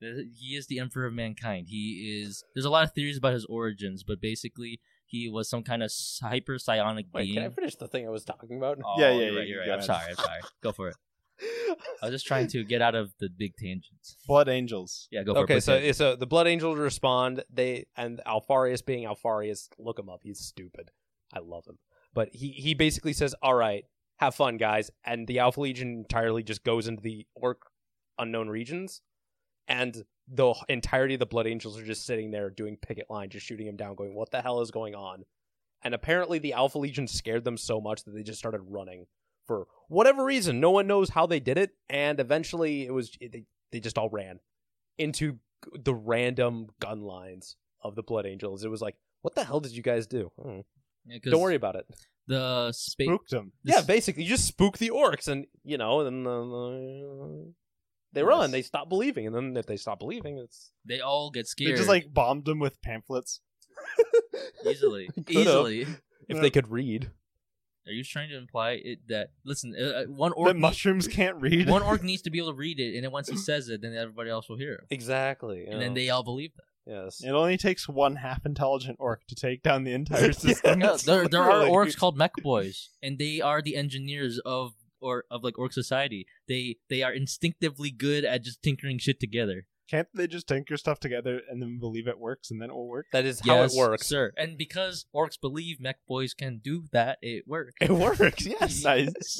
Speaker 2: He is the emperor of mankind. He is. There's a lot of theories about his origins, but basically he was some kind of hyper psionic
Speaker 3: wait
Speaker 2: being.
Speaker 3: can I finish the thing I was talking about
Speaker 2: Oh,
Speaker 1: Yeah, yeah,
Speaker 2: you're
Speaker 1: yeah,
Speaker 2: right. You're right.
Speaker 1: go
Speaker 2: I'm
Speaker 1: ahead.
Speaker 2: sorry. I'm sorry. Go for it. I was just trying to get out of the big tangents.
Speaker 1: Blood angels.
Speaker 2: Yeah, go for it.
Speaker 3: okay
Speaker 2: please.
Speaker 3: so so the blood angels respond they and alfarius being alfarius look him up he's stupid i love him but he he basically says all right have fun guys and the alpha legion entirely just goes into the orc unknown regions and the entirety of the blood angels are just sitting there doing picket line just shooting him down going what the hell is going on and apparently the alpha legion scared them so much that they just started running for whatever reason no one knows how they did it and eventually it was it, they, they just all ran into g- the random gun lines of the blood angels it was like what the hell did you guys do Hmm.
Speaker 2: Yeah, 'cause
Speaker 3: don't worry about it
Speaker 2: The space.
Speaker 1: Spooked them.
Speaker 3: yeah basically you just spook the orcs and you know and then uh, they
Speaker 1: Yes.
Speaker 3: run they stop believing and then if they stop believing it's
Speaker 2: They all get
Speaker 1: They
Speaker 2: scared.
Speaker 1: just like bombed them with pamphlets.
Speaker 2: easily,
Speaker 3: Could've.
Speaker 2: easily.
Speaker 3: if they could read
Speaker 2: Are you trying to imply it that listen, uh, uh, one orc,
Speaker 1: That
Speaker 2: (laughs)
Speaker 1: mushrooms can't read.
Speaker 2: one orc needs to be able to read it, and then once he says it, then everybody else will hear, him.
Speaker 3: exactly
Speaker 2: and then they all believe that.
Speaker 3: yes
Speaker 1: It only takes one half intelligent orc to take down the
Speaker 2: (laughs)
Speaker 1: entire system.
Speaker 2: No, there, there are
Speaker 1: Literally.
Speaker 2: orcs called mech boys, and they are the engineers of or of like orc society. They they are instinctively good at just tinkering shit together.
Speaker 1: Can't they just tinker stuff together and then believe it works and then it will work?
Speaker 3: that is how
Speaker 2: Yes,
Speaker 3: it works
Speaker 2: sir. And because orcs believe mech boys can do that, it works.
Speaker 3: (laughs) it works
Speaker 2: (laughs)
Speaker 3: yes
Speaker 1: Nice.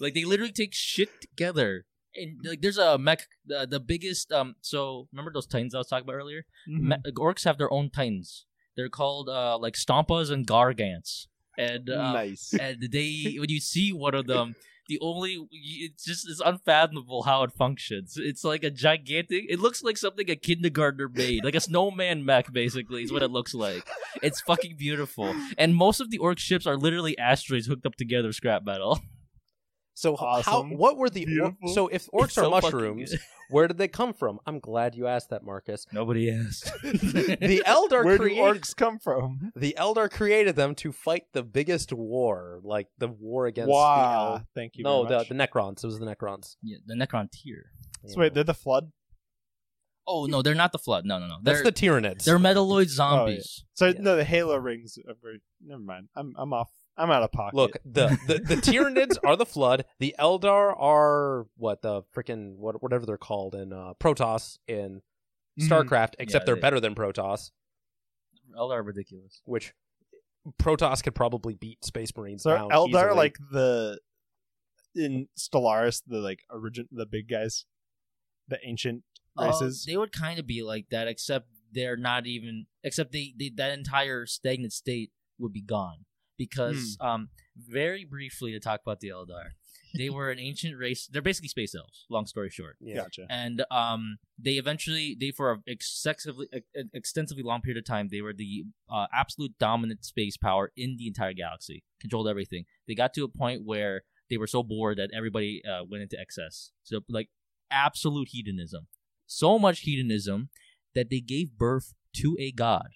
Speaker 2: Like they literally take shit together. And like, there's a mech, the, the biggest. Um, so remember those titans I was talking about earlier? Me- orcs have their own titans. They're called uh like Stompas and Gargants. And
Speaker 1: (laughs)
Speaker 2: uh,
Speaker 1: nice.
Speaker 2: and
Speaker 3: (laughs)
Speaker 2: they when you see one of them, the only it's just it's unfathomable how it functions. It's like a gigantic. It looks like something a kindergartner made, like a snowman mech. Basically, is what it looks like. It's fucking beautiful. And most of the orc ships are literally asteroids hooked up together, with scrap metal. (laughs)
Speaker 3: So
Speaker 1: Awesome.
Speaker 3: how what were the or-
Speaker 1: Beautiful.
Speaker 3: so if
Speaker 2: It's
Speaker 3: orcs
Speaker 2: so
Speaker 3: are
Speaker 2: fucking
Speaker 3: mushrooms,
Speaker 2: good. (laughs)
Speaker 3: where did they come from? I'm glad you asked that, Marcus.
Speaker 2: Nobody asked.
Speaker 3: (laughs) The Eldar
Speaker 1: Where do
Speaker 3: created
Speaker 1: orcs come from?
Speaker 3: the Eldar created them to fight the biggest war, like the war against
Speaker 1: Wow. Thank
Speaker 3: the Eld-
Speaker 1: you.
Speaker 3: No,
Speaker 1: very
Speaker 3: the,
Speaker 1: much.
Speaker 3: the Necrons. It was the Necrons.
Speaker 2: yeah, the Necron tier.
Speaker 1: So wait,
Speaker 3: Yeah.
Speaker 1: they're the flood.
Speaker 2: Oh no, they're not the flood. No, no, no. They're
Speaker 3: that's the Oh, Tyranids.
Speaker 2: they're metalloid zombies.
Speaker 1: So
Speaker 3: Yeah.
Speaker 1: no, the Halo rings. Are very, never mind. I'm I'm off. I'm out of pocket.
Speaker 3: Look, the, the
Speaker 1: (laughs)
Speaker 3: the Tyranids are the Flood. The Eldar are what the freaking what whatever they're called in uh, Protoss in
Speaker 1: Mhm.
Speaker 3: StarCraft. Except
Speaker 2: Yeah,
Speaker 3: they're
Speaker 2: they-
Speaker 3: better than Protoss,
Speaker 2: Eldar are ridiculous.
Speaker 3: which Protoss could probably beat Space Marines.
Speaker 1: So are
Speaker 3: down
Speaker 1: Eldar
Speaker 3: easily.
Speaker 1: like the in Stellaris the like origin the big guys, the ancient
Speaker 2: Uh,
Speaker 1: races.
Speaker 2: they would kind of be like that, except they're not even. Except they, they that entire stagnant state would be gone because, um, very briefly to talk about the Eldar, they were an ancient race. They're basically space elves. Long story short,
Speaker 3: yeah.
Speaker 1: Gotcha.
Speaker 2: and um, they eventually they for an excessively ex- extensively long period of time they were the uh, absolute dominant space power in the entire galaxy, controlled everything. They got to a point where they were so bored that everybody uh, went into excess, so like absolute hedonism, so much hedonism that they gave birth to a god.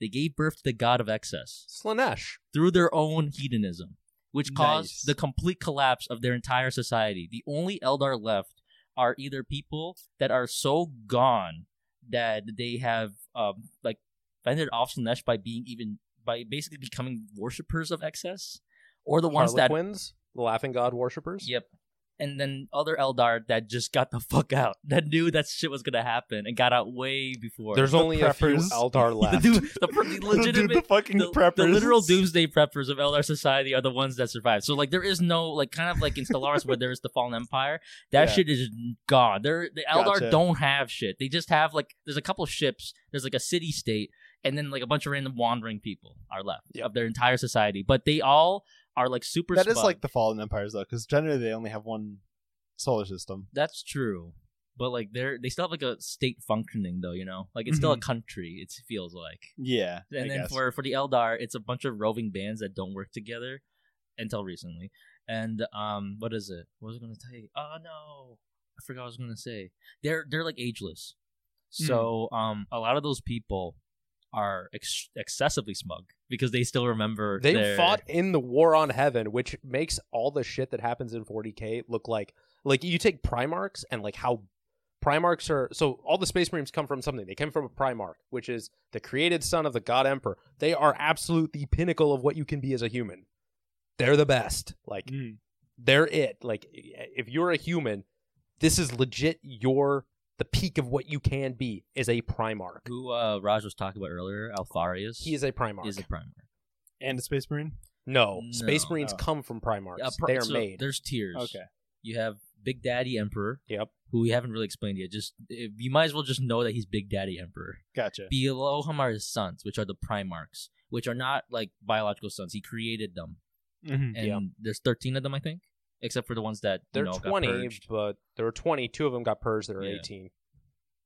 Speaker 2: They gave birth to the god of excess
Speaker 3: Slanesh.
Speaker 2: through their own hedonism, which caused
Speaker 1: Nice.
Speaker 2: the complete collapse of their entire society. The only Eldar left are either people that are so gone that they have um, like fended off Slanesh by being even by basically becoming worshippers of excess, or the ones that
Speaker 3: Harlequins, the Laughing God worshippers.
Speaker 2: yep. And then other Eldar that just got the (laughs) fuck out, that knew that shit was gonna happen and got out way before.
Speaker 3: There's
Speaker 1: The
Speaker 3: only a
Speaker 1: preppers.
Speaker 3: few
Speaker 2: (laughs)
Speaker 3: Eldar
Speaker 2: the,
Speaker 3: left.
Speaker 2: dude- the,
Speaker 3: (laughs)
Speaker 2: per-
Speaker 1: (laughs)
Speaker 2: the
Speaker 1: The dude,
Speaker 2: legitimate
Speaker 1: the fucking
Speaker 2: the,
Speaker 1: preppers. (laughs)
Speaker 2: the literal doomsday preppers of Eldar society are the ones that survive. So like there is no like kind of like in Stellaris where there is the Fallen Empire. That
Speaker 1: Yeah.
Speaker 2: shit is gone. They're, the Eldar
Speaker 1: Gotcha.
Speaker 2: don't have shit. They just have like there's a couple ships. There's like a city state, and then like a bunch of random wandering people are left
Speaker 3: Yep.
Speaker 2: of their entire society. But they all are like super.
Speaker 1: That is
Speaker 2: smug.
Speaker 1: like the fallen empires though, because generally they only have one solar system.
Speaker 2: that's true. But like they're they still have like a state functioning though, you know, like it's still
Speaker 1: Mm-hmm.
Speaker 2: a country. It feels like.
Speaker 1: Yeah, I
Speaker 2: and then
Speaker 1: guess.
Speaker 2: for for the Eldar, it's a bunch of roving bands that don't work together until recently. And um, what is it? What was I gonna tell you? Oh no, I forgot what I was gonna say. They're they're like ageless,
Speaker 3: Hmm.
Speaker 2: so um, a lot of those people are ex- excessively smug because they still remember
Speaker 3: They
Speaker 2: their-
Speaker 3: fought in the War on Heaven, which makes all the shit that happens in 40k look like like you take Primarchs and like how Primarchs are. So all the Space Marines come from something. They came from a Primarch, which is the created son of the God Emperor. They are absolute the pinnacle of what you can be as a human. They're the best. Like
Speaker 1: Mm.
Speaker 3: they're it. Like if you're a human, this is legit. Your the peak of what you can be is a Primarch.
Speaker 2: who uh, Raj was talking about earlier. Alfarius
Speaker 3: He is a Primarch.
Speaker 2: is a primer.
Speaker 1: and a space marine.
Speaker 3: no,
Speaker 2: No.
Speaker 3: Space Marines
Speaker 1: Oh.
Speaker 3: come from Primarchs. they are made.
Speaker 2: There's tiers.
Speaker 1: Okay,
Speaker 2: you have Big Daddy Emperor,
Speaker 3: Yep.
Speaker 2: who we haven't really explained yet. Just eh, you might as well just know that he's Big Daddy Emperor.
Speaker 1: gotcha.
Speaker 2: Below him are his sons, which are the Primarchs, which are not like biological sons. He created them,
Speaker 1: Mhm.
Speaker 2: and
Speaker 3: Yeah.
Speaker 2: there's 13 of them, I think, except for the ones that
Speaker 3: They're
Speaker 2: you know, got
Speaker 3: 20,
Speaker 2: purged.
Speaker 3: but there were 20. Two of them got purged. There were
Speaker 2: Yeah.
Speaker 3: 18.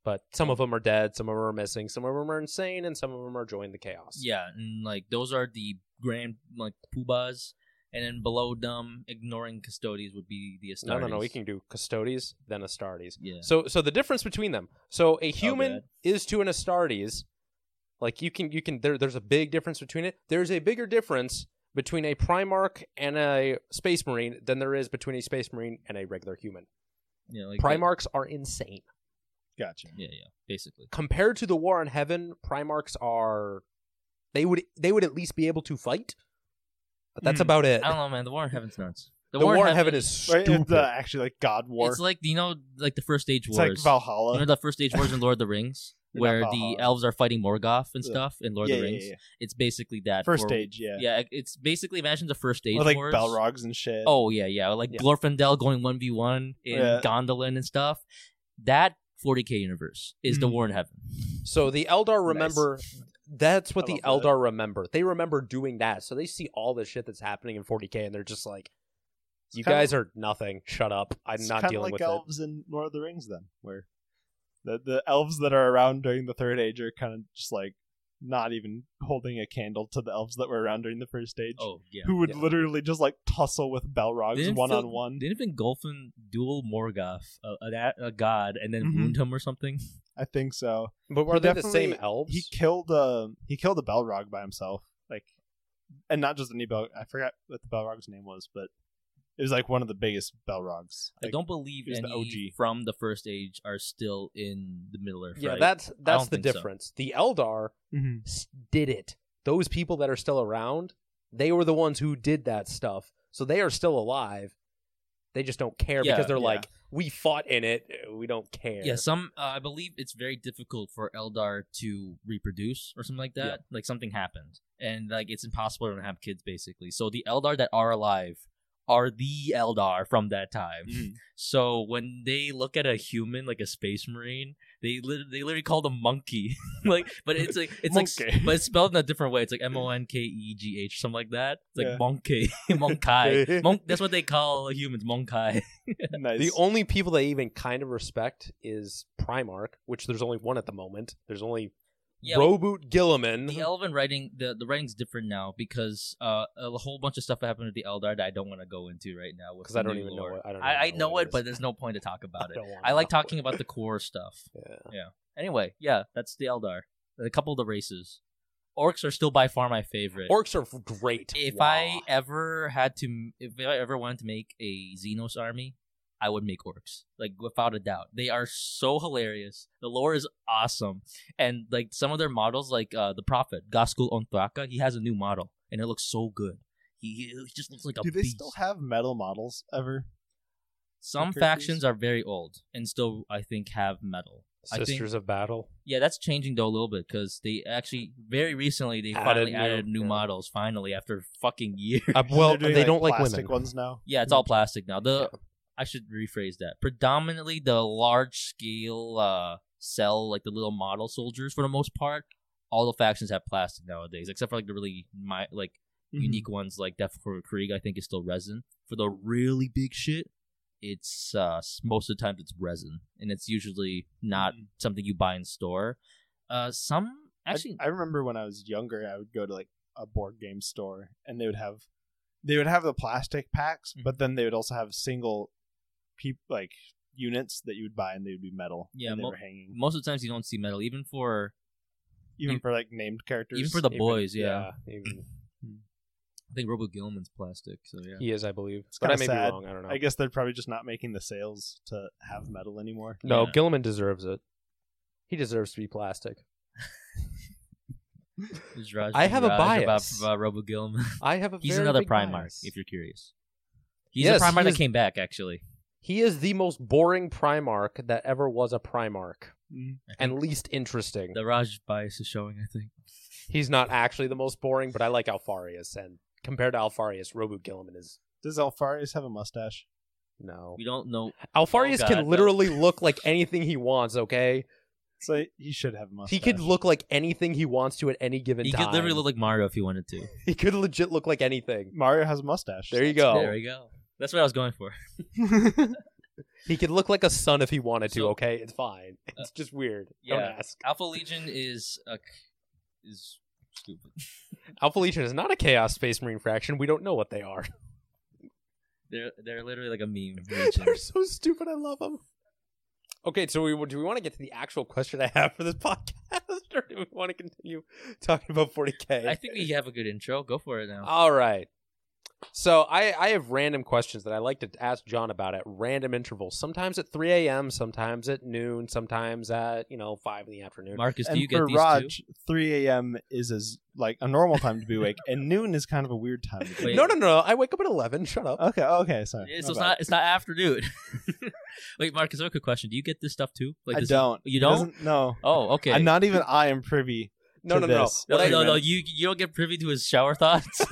Speaker 3: But some of them are dead. Some of them are missing. Some of them are insane. And some of them are joined the chaos.
Speaker 2: Yeah, and like those are the grand like poobahs, and then below them, ignoring custodies, would be the
Speaker 3: No,
Speaker 2: Astartes.
Speaker 3: no, no. We can do Custodes, then Astartes.
Speaker 2: Yeah. Oh,
Speaker 3: So, so the difference between them. So, a human
Speaker 2: bad.
Speaker 3: is to an Astartes. Like you can, you can. There, there's a big difference between it. There's a bigger difference between a Primarch and a Space Marine than there is between a Space Marine and a regular human.
Speaker 2: Yeah, like
Speaker 3: Primarchs are insane.
Speaker 1: Gotcha.
Speaker 2: Yeah, yeah, basically.
Speaker 3: compared to the war on heaven primarchs are they would they would at least be able to fight but that's
Speaker 1: Mm.
Speaker 3: about it
Speaker 2: I don't know, man. The War in Heaven's nuts.
Speaker 3: the, war, on heaven, is
Speaker 1: Right,
Speaker 3: stupid
Speaker 1: it's uh, actually like God War.
Speaker 2: It's like you know, like the first stage
Speaker 1: It's
Speaker 2: wars.
Speaker 1: like Valhalla.
Speaker 2: Remember the first stage wars in Lord of the
Speaker 3: (laughs)
Speaker 2: Rings,
Speaker 1: They're
Speaker 2: where
Speaker 1: not
Speaker 2: the
Speaker 1: Valhalla.
Speaker 2: elves are fighting Morgoth and
Speaker 1: Yeah.
Speaker 2: stuff in Lord
Speaker 1: yeah,
Speaker 2: of the
Speaker 1: yeah,
Speaker 2: Rings?
Speaker 1: yeah,
Speaker 2: It's basically that.
Speaker 1: yeah. First
Speaker 2: where-
Speaker 1: stage. Yeah.
Speaker 2: Yeah, it- it's basically imagine the first stage
Speaker 1: With like
Speaker 2: wars.
Speaker 1: Balrogs and shit.
Speaker 2: Oh yeah, yeah, like
Speaker 3: Yeah.
Speaker 2: Glorfindel going one v one in
Speaker 1: Yeah.
Speaker 2: Gondolin and stuff. That 40k universe is the
Speaker 1: Mhm.
Speaker 2: War in Heaven.
Speaker 3: so the eldar remember that's what
Speaker 1: I
Speaker 3: the
Speaker 1: love
Speaker 3: eldar
Speaker 1: that.
Speaker 3: remember they remember doing that so they see all the shit that's happening in 40k and they're just like
Speaker 1: It's
Speaker 3: you
Speaker 1: kinda-
Speaker 3: guys are nothing shut up i'm
Speaker 1: it's
Speaker 3: not
Speaker 1: kinda
Speaker 3: dealing
Speaker 1: like
Speaker 3: with it
Speaker 1: elves in Lord of the Rings. Then where the the elves that are around during the Third Age are kind of just like not even holding a candle to the elves that were around during the first stage,
Speaker 2: Oh yeah.
Speaker 1: who would
Speaker 3: yeah.
Speaker 1: literally just like tussle with
Speaker 2: They
Speaker 1: Balrogs
Speaker 2: didn't
Speaker 1: one on
Speaker 2: feel-
Speaker 1: one.
Speaker 2: Didn't even Golfin duel Morgoth, a, a, a god, and then
Speaker 1: Mhm.
Speaker 2: wound him or something?
Speaker 1: I think so.
Speaker 3: But were
Speaker 1: He
Speaker 3: they the same
Speaker 1: definitely-
Speaker 3: elves?
Speaker 1: He killed a he killed a Balrog by himself, like, and not just any Bel. I forgot what the Balrog's name was, but it was like one of the biggest Balrogs.
Speaker 2: I
Speaker 1: Like,
Speaker 2: don't believe
Speaker 1: here's
Speaker 2: any
Speaker 1: the OG.
Speaker 2: from the first age are still in the Middle Earth.
Speaker 3: yeah,
Speaker 2: right?
Speaker 3: that's that's
Speaker 2: don't
Speaker 3: the
Speaker 2: think so.
Speaker 3: difference. The Eldar
Speaker 1: Mhm.
Speaker 3: s- did it. Those people that are still around, they were the ones who did that stuff. So they are still alive. They just don't care
Speaker 2: Yeah,
Speaker 3: because they're
Speaker 1: yeah.
Speaker 3: like, we fought in it. We don't care.
Speaker 2: Yeah, some uh, I believe it's very difficult for Eldar to reproduce or something like that. Like something happened, and like it's impossible to have kids basically. So the Eldar that are alive are the Eldar from that time. (laughs)
Speaker 1: Mhm.
Speaker 2: So when they look at a human like a space marine, they lit they literally call them monkey. (laughs) like, but it's like it's
Speaker 1: Monkey.
Speaker 2: like, but it's spelled in a different way. It's like M O N K E G H, something like that. It's like
Speaker 1: Yeah. (laughs)
Speaker 2: monkey, (laughs) monkai. Monk, that's what they call humans,
Speaker 1: (laughs)
Speaker 2: monkai.
Speaker 1: nice.
Speaker 3: The only people they even kind of respect is Primarch, which there's only one at the moment. There's only
Speaker 2: Yeah,
Speaker 3: Roboot Gilliman.
Speaker 2: the elven writing the, the writing's different now because uh, a whole bunch of stuff happened with the eldar that i don't want to go into right now with
Speaker 3: 'Cause
Speaker 2: the
Speaker 3: I don't
Speaker 2: new
Speaker 3: even know
Speaker 2: lore.
Speaker 3: what- I don't
Speaker 2: i,
Speaker 3: even
Speaker 2: I
Speaker 3: know
Speaker 2: know
Speaker 3: what it
Speaker 2: it
Speaker 3: is.
Speaker 2: but there's no point to
Speaker 3: (laughs)
Speaker 2: talk about it
Speaker 3: don't wanna
Speaker 2: i like
Speaker 3: know.
Speaker 2: talking about the core stuff
Speaker 3: (laughs) Yeah.
Speaker 2: anyway yeah that's the eldar a couple of the races orcs are still by far my favorite
Speaker 3: Orcs are great.
Speaker 2: if
Speaker 3: Wow.
Speaker 2: i ever had to if i ever wanted to make a xenos army i would make orcs like without a doubt they are so hilarious the lore is awesome and like some of their models like uh the prophet gaskul onthraka he has a new model and it looks so good he, he he just looks like a
Speaker 1: do they
Speaker 2: beast
Speaker 1: still have metal models
Speaker 2: (laughs)
Speaker 1: ever?
Speaker 2: some
Speaker 1: Curfews?
Speaker 2: factions are very old and still i think have metal I think-
Speaker 3: Sisters
Speaker 1: (laughs)
Speaker 3: of Battle.
Speaker 2: yeah that's changing though a little bit because they actually very recently they
Speaker 3: Added
Speaker 2: finally
Speaker 3: new-
Speaker 2: added new
Speaker 3: yeah.
Speaker 2: models finally after fucking years
Speaker 3: Uh, well,
Speaker 1: They're doing,
Speaker 3: they don't like
Speaker 1: plastic
Speaker 3: women.
Speaker 1: ones now.
Speaker 2: Yeah, it's all plastic now. The I should rephrase that. Predominantly the large scale uh cell like the little model soldiers for the most part, all the factions have plastic nowadays, except for like the really my like
Speaker 1: Mhm.
Speaker 2: unique ones like Death for Krieg, I think is still resin. For the really big shit, it's uh s- most of the times it's resin. And it's usually not
Speaker 1: Mhm.
Speaker 2: something you buy in store. Uh some
Speaker 1: I-
Speaker 2: actually
Speaker 1: I, remember when I was younger, I would go to like a board game store, and they would have they would have the plastic packs,
Speaker 2: Mm-hmm.
Speaker 1: but then they would also have single peop like units that you would buy, and they would be metal.
Speaker 2: Yeah,
Speaker 1: and they
Speaker 2: mo-
Speaker 1: were hanging
Speaker 2: most of the times you don't see metal, even for
Speaker 1: even
Speaker 2: you-
Speaker 1: for like named characters,
Speaker 2: even for the
Speaker 3: even-
Speaker 2: boys, yeah.
Speaker 3: yeah even-
Speaker 2: I think Robo Gilman's plastic, so yeah.
Speaker 3: He is, I believe.
Speaker 1: It's
Speaker 3: But I may
Speaker 1: kinda sad.
Speaker 3: be wrong. I don't know.
Speaker 1: I guess they're probably just not making the sales to have metal anymore.
Speaker 3: No,
Speaker 2: Yeah.
Speaker 3: Gilliman deserves it. He deserves to be plastic.
Speaker 2: Is Raj-
Speaker 3: I have a
Speaker 2: Raj
Speaker 3: bias.
Speaker 2: about, about uh, Robo
Speaker 3: (laughs)
Speaker 2: Gilman.
Speaker 3: I have a.
Speaker 2: He's
Speaker 3: very
Speaker 2: another
Speaker 3: big
Speaker 2: Primarch,
Speaker 3: bias.
Speaker 2: if you're curious. He's
Speaker 3: Yes,
Speaker 2: a Primarch
Speaker 3: he
Speaker 2: that
Speaker 3: is-
Speaker 2: came back, actually.
Speaker 3: He is the most boring Primarch that ever was a Primarch,
Speaker 1: Mm.
Speaker 2: I
Speaker 3: and
Speaker 2: think
Speaker 3: least interesting.
Speaker 2: the Raj bias is showing, I think.
Speaker 3: He's not actually the most boring, but I like Alfarius, and compared to Alfarius, Robu Gilliman is
Speaker 1: Does Alfarius have a mustache?
Speaker 3: no.
Speaker 2: We don't know.
Speaker 3: Alfarius
Speaker 2: Oh, God,
Speaker 3: can
Speaker 2: no. (laughs)
Speaker 3: literally look like anything he wants. Okay,
Speaker 1: So he should have a mustache.
Speaker 3: he could look like anything he wants to at any given
Speaker 2: He
Speaker 3: time.
Speaker 2: could literally look like Mario if he wanted to.
Speaker 3: he could legit look like anything.
Speaker 1: Mario has a mustache.
Speaker 3: There you go.
Speaker 2: There we go. That's what I was going for.
Speaker 3: He could look like a son if he wanted to.
Speaker 2: So- uh,
Speaker 3: okay, it's fine. It's just weird. Don't
Speaker 2: yeah.
Speaker 3: ask.
Speaker 2: Alpha Legion is a, is stupid.
Speaker 3: Alpha Legion is not a Chaos Space Marine faction. We don't know what
Speaker 2: (laughs)
Speaker 3: they are.
Speaker 2: They're they're literally like a meme. Legion.
Speaker 3: They're so stupid. I love them. Okay, so we, do we want to get to the actual question I have for this (laughs) podcast, or do we want to continue talking about 40k?
Speaker 2: I think we have a good intro. Go for it now.
Speaker 3: All right. So I, I have random questions that I like to ask John about at random intervals. Sometimes at 3 a.m., sometimes at noon, sometimes at you know 5 in the afternoon.
Speaker 2: Marcus, do
Speaker 1: and
Speaker 2: you get
Speaker 1: for
Speaker 2: these
Speaker 1: Raj, 3 a.m. is as like a normal time to be awake,
Speaker 3: (laughs)
Speaker 1: and noon is kind of a weird time. To be
Speaker 2: Wait. Uh,
Speaker 3: No, no, no. I wake up at 11. Shut up.
Speaker 1: Okay, okay,
Speaker 2: too?
Speaker 1: sorry.
Speaker 2: Yeah,
Speaker 1: My
Speaker 2: so it's
Speaker 1: bad.
Speaker 2: not it's not afternoon. (laughs) Wait, Marcus, I have a quick question. Do you get this stuff too? Like
Speaker 1: I
Speaker 2: this,
Speaker 1: don't.
Speaker 2: You
Speaker 1: It
Speaker 2: don't?
Speaker 1: doesn't- No.
Speaker 2: Oh, okay.
Speaker 1: I'm not even I am privy.
Speaker 2: (laughs)
Speaker 3: no,
Speaker 1: to
Speaker 3: no, no,
Speaker 1: this.
Speaker 3: no.
Speaker 2: No,
Speaker 3: What,
Speaker 2: no,
Speaker 3: I,
Speaker 2: no, you you don't get privy to his shower
Speaker 3: (laughs)
Speaker 2: thoughts.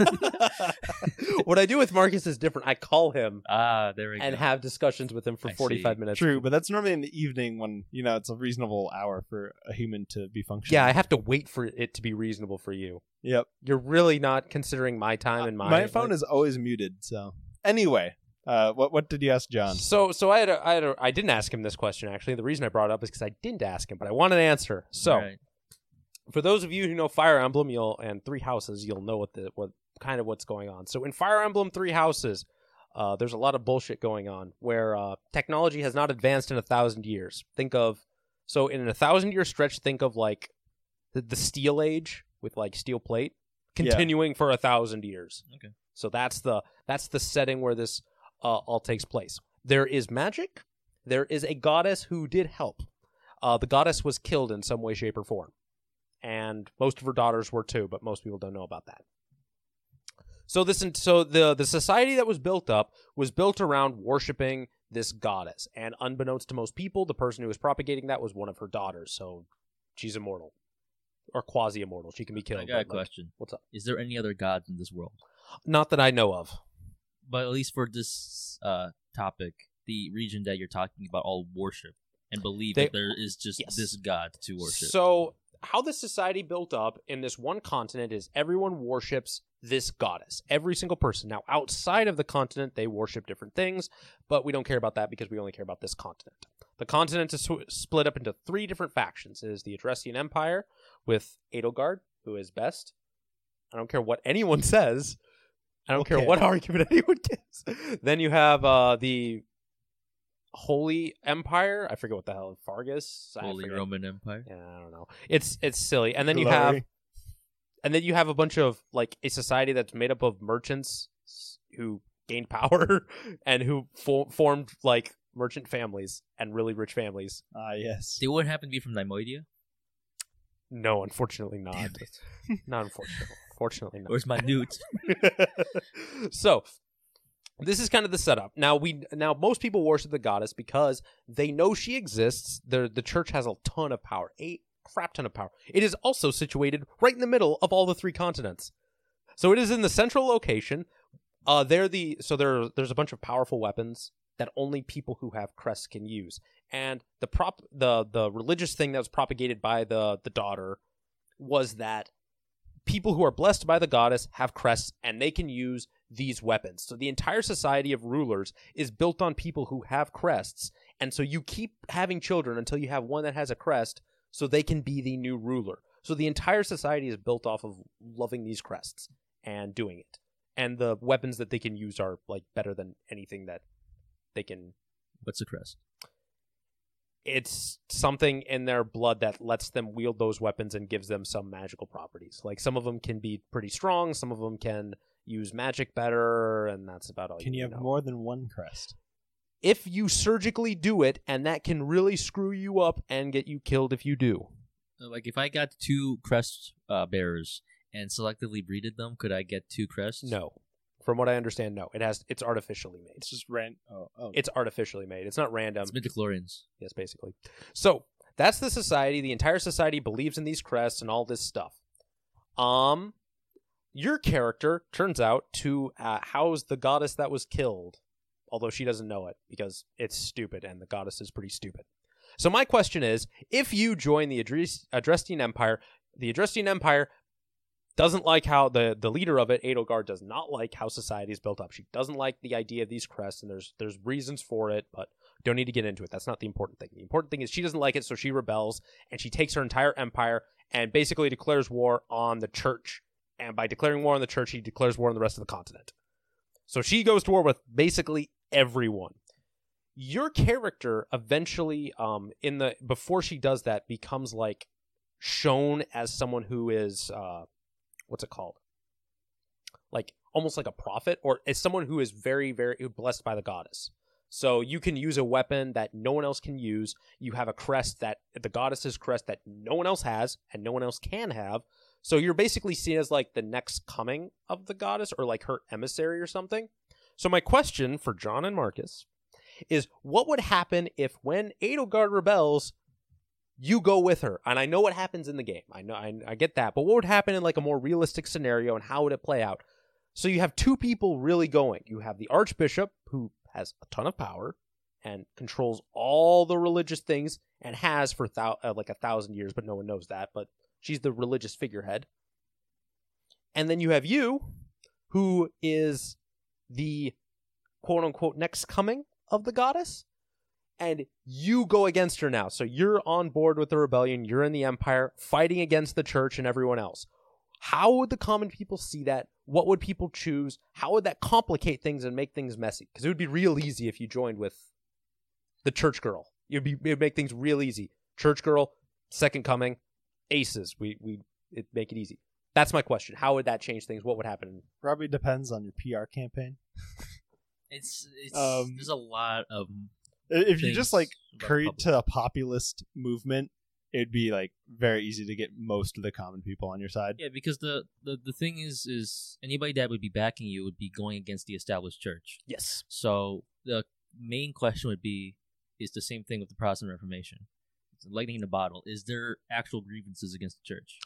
Speaker 3: what I do with Marcus is different. I call him
Speaker 2: ah, there we go.
Speaker 3: and have discussions with him for
Speaker 2: I see.
Speaker 3: 45 minutes.
Speaker 1: True, but that's normally in the evening when, you know, it's a reasonable hour for a human to be functioning.
Speaker 3: Yeah, I have to wait for it to be reasonable for you.
Speaker 1: Yep.
Speaker 3: You're really not considering my time and my
Speaker 1: Uh, My phone
Speaker 3: like-
Speaker 1: is always muted, so. Anyway, uh, what what did you ask John?
Speaker 3: So, so I had, a, I had, a, I didn't ask him this question actually. The reason I brought it up is because I didn't ask him, but I want an answer. So,
Speaker 2: All right.
Speaker 3: for those of you who know Fire Emblem, you'll and Three Houses, you'll know what the what kind of what's going on. So in Fire Emblem Three Houses, uh, there's a lot of bullshit going on where uh, technology has not advanced in a thousand years. Think of so in a thousand year stretch, think of like the, the Steel Age with like steel plate
Speaker 1: Yeah.
Speaker 3: continuing for a thousand years.
Speaker 2: Okay.
Speaker 3: So that's the that's the setting where this uh, all takes place. There is magic. There is a goddess who did help. Uh, the goddess was killed in some way, shape, or form, and most of her daughters were too, but most people don't know about that. So this so the the society that was built up was built around worshiping this goddess, and unbeknownst to most people, the person who was propagating that was one of her daughters. So she's immortal or quasi immortal. She can be killed.
Speaker 2: I got a
Speaker 3: but, like,
Speaker 2: question.
Speaker 3: what's up?
Speaker 2: Is there any other gods in this world?
Speaker 3: Not that I know of.
Speaker 2: But at least for this uh, topic, the region that you're talking about all worship and believe
Speaker 3: They-
Speaker 2: that there is just
Speaker 3: yes.
Speaker 2: this god to worship.
Speaker 3: So, how the society built up in this one continent is everyone worships this goddess. Every single person. Now, outside of the continent, they worship different things, but we don't care about that because we only care about this continent. The continent is sw- split up into three different factions. It is the Etruscan Empire with Adelgard, who is best. I don't care what anyone (laughs) says. I don't care
Speaker 1: Okay.
Speaker 3: what (laughs) argument anyone gives. Then you have uh, the Holy Empire. I forget what the hell Fargus. I
Speaker 2: Holy
Speaker 3: forget.
Speaker 2: Roman Empire.
Speaker 3: Yeah, I don't know. It's it's silly. And then you have
Speaker 1: Glory.
Speaker 3: and then you have a bunch of like a society that's made up of merchants who gained (laughs) power and who fo- formed like merchant families and really rich families.
Speaker 1: ah yes.
Speaker 2: They wouldn't happen to be from Nymoidia?
Speaker 3: No, unfortunately not.
Speaker 2: Damn it.
Speaker 3: Not unfortunately. Fortunately not.
Speaker 2: Where's
Speaker 3: (laughs)
Speaker 2: my newt?
Speaker 3: so this is kind of the setup. Now we now most people worship the goddess because they know she exists. The the church has a ton of power, a crap ton of power. It is also situated right in the middle of all the three continents, so it is in the central location. Uh, they're the so there there's a bunch of powerful weapons that only people who have crests can use, and the prop the the religious thing that was propagated by the the daughter was that people who are blessed by the goddess have crests and they can use these weapons. So the entire society of rulers is built on people who have crests. And so you keep having children until you have one that has a crest so they can be the new ruler. So the entire society is built off of loving these crests and doing it. And the weapons that they can use are like better than anything that they can
Speaker 2: What's a crest?
Speaker 3: it's something in their blood that lets them wield those weapons and gives them some magical properties. Like some of them can be pretty strong, some of them can use magic better, and that's about all.
Speaker 1: Can you have
Speaker 3: know.
Speaker 1: more than one crest?
Speaker 3: If you surgically do it, and that can really screw you up and get you killed if you do.
Speaker 2: uh, Like if I got two crest uh, bearers and selectively breeded them, could I get two crests?
Speaker 3: No, from what I understand, no. It has. It's artificially made.
Speaker 1: It's just rent. Oh, oh.
Speaker 3: It's artificially made. It's not random.
Speaker 2: It's midichlorians.
Speaker 3: Yes, basically. So that's the society. The entire society believes in these crests and all this stuff. Um, your character turns out to uh, house the goddess that was killed, although she doesn't know it because it's stupid and the goddess is pretty stupid. So my question is, if you join the Adres- Adrestian Empire, the Adrestian Empire doesn't like how the, the leader of it, Adelgard, does not like how society is built up. She doesn't like the idea of these crests, and there's there's reasons for it, but don't need to get into it. That's not the important thing. The important thing is she doesn't like it, so she rebels and she takes her entire empire and basically declares war on the church. And by declaring war on the church, she declares war on the rest of the continent. So she goes to war with basically everyone. Your character eventually, um, in the before she does that, becomes like shown as someone who is uh, what's it called? Like almost like a prophet, or as someone who is very, very blessed by the goddess. So you can use a weapon that no one else can use. You have a crest that the goddess's crest that no one else has and no one else can have. So you're basically seen as like the next coming of the goddess or like her emissary or something. So my question for John and Marcus is what would happen if when Adelgard rebels you go with her? And I know what happens in the game. I know I, I get that, but what would happen in like a more realistic scenario and how would it play out? So you have two people really going. You have the archbishop, who has a ton of power and controls all the religious things and has for thou- uh, like a thousand years, but no one knows that. But she's the religious figurehead. And then you have you, who is the quote unquote next coming of the goddess. and you go against her now. So you're on board with the rebellion, you're in the empire, fighting against the church and everyone else. How would the common people see that? What would people choose? How would that complicate things and make things messy? Because it would be real easy if you joined with the church girl. It'd be it'd make things real easy. Church girl, second coming, aces. We we it make it easy. That's my question. How would that change things? What would happen?
Speaker 1: Probably depends on your PR campaign.
Speaker 2: It's it's
Speaker 1: Um,
Speaker 2: there's a lot of
Speaker 1: I- If you just
Speaker 2: things
Speaker 1: like
Speaker 2: about
Speaker 1: create
Speaker 2: public-
Speaker 1: to a populist movement, it'd be like very easy to get most of the common people on your side.
Speaker 2: Yeah, because the, the the thing is is anybody that would be backing you would be going against the established church.
Speaker 3: Yes.
Speaker 2: So the main question would be is the same thing with the Protestant Reformation. It's lightning in a bottle. Is there actual grievances against the church?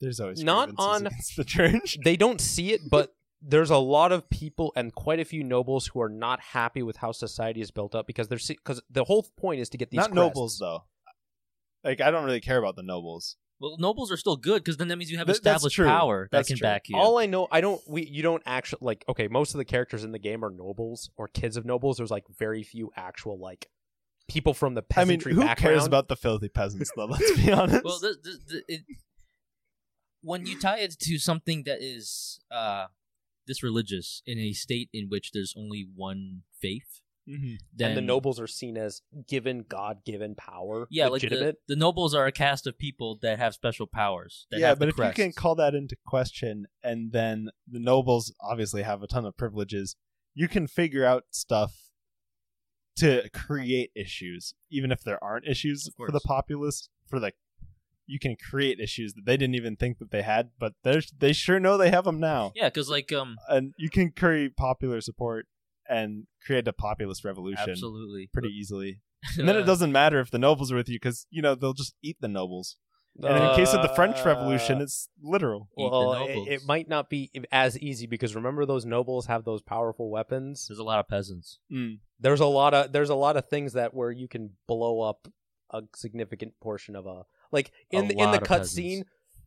Speaker 1: There's always
Speaker 3: Not
Speaker 1: grievances
Speaker 3: on-
Speaker 1: against the (laughs) church.
Speaker 3: They don't see it, but there's a lot of people and quite a few nobles who are not happy with how society is built up because they're because the whole point is to get (laughs) these
Speaker 1: Not
Speaker 3: crests.
Speaker 1: nobles though. Like I don't really care about the nobles.
Speaker 2: Well, nobles are still good because then that means you have
Speaker 1: Th- that's
Speaker 2: established
Speaker 1: true.
Speaker 2: power that
Speaker 1: That's
Speaker 2: can
Speaker 1: true.
Speaker 2: back you.
Speaker 3: All I know, I don't. We you don't actually like. Okay, most of the characters in the game are nobles or kids of nobles. There's like very few actual like people from the
Speaker 1: I mean,
Speaker 3: peasantry
Speaker 1: who
Speaker 3: background.
Speaker 1: cares about the filthy peasants though? Let's be honest.
Speaker 2: well, this, this, th- it, when you tie it to something that is uh, this religious in a state in which there's only one faith,
Speaker 1: Mhm.
Speaker 2: then
Speaker 3: and the nobles are seen as given God given power.
Speaker 2: yeah, like
Speaker 3: legitimate.
Speaker 2: the, the nobles are a cast of people that have special powers. That
Speaker 1: Yeah,
Speaker 2: have the
Speaker 1: but if you can
Speaker 2: crests.
Speaker 1: call that into question, and then the nobles obviously have a ton of privileges, you can figure out stuff to create issues, even if there aren't issues
Speaker 2: Of
Speaker 1: for the
Speaker 2: course.
Speaker 1: populace. For like, you can create issues that they didn't even think that they had, but they they sure know they have them now,
Speaker 2: yeah, because like um,
Speaker 1: and you can create popular support and create a populist revolution
Speaker 2: absolutely,
Speaker 1: pretty easily. And
Speaker 2: (laughs)
Speaker 1: then it doesn't matter if the nobles are with you, because you know they'll just eat the nobles. And in the case of the French Revolution,
Speaker 3: Uh,
Speaker 1: it's literal.
Speaker 2: Eat the
Speaker 3: well, it-
Speaker 2: nobles.
Speaker 3: it, might not be e, as easy because remember those nobles have those powerful weapons.
Speaker 2: There's a lot of peasants.
Speaker 3: (laughs) There's a lot of there's a lot of things that where you can blow up a significant portion of a like in
Speaker 2: A
Speaker 3: the, in the
Speaker 2: lot of peasants.
Speaker 3: cutscene.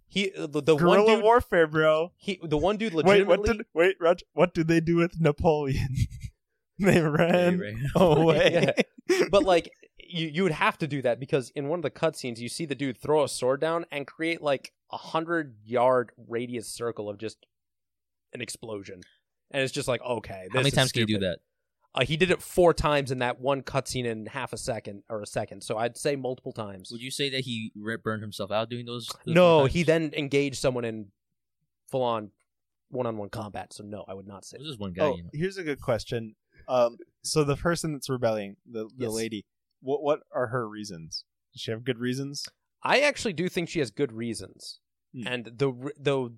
Speaker 3: He the, the one
Speaker 1: Guerrilla
Speaker 3: dude
Speaker 1: warfare, bro.
Speaker 3: he the one dude
Speaker 1: Wait,
Speaker 3: legitimately
Speaker 1: what did wait, Raj, what did they do with Napoleon? (laughs) they ran
Speaker 2: Right,
Speaker 3: oh,
Speaker 2: right.
Speaker 1: (laughs) away. (laughs)
Speaker 3: but like you you would have to do that because in one of the cutscenes you see the dude throw a sword down and create like a hundred yard radius circle of just an explosion and it's just like okay
Speaker 2: How many times can you do that?
Speaker 3: uh, he did it four times in that one cutscene in half a second or a second so i'd say multiple times
Speaker 2: Would you say that he re- burned himself out doing those? those
Speaker 3: no
Speaker 2: times?
Speaker 3: he then engaged someone in full-on one-on-one combat so no i would not say
Speaker 2: There's this one guy.
Speaker 1: oh,
Speaker 2: you know.
Speaker 1: here's a good question. Um, so the person that's rebelling, the, the
Speaker 3: Yes.
Speaker 1: lady, what what are her reasons? Does she have good reasons?
Speaker 3: I actually do think she has good reasons.
Speaker 1: Hmm.
Speaker 3: And the the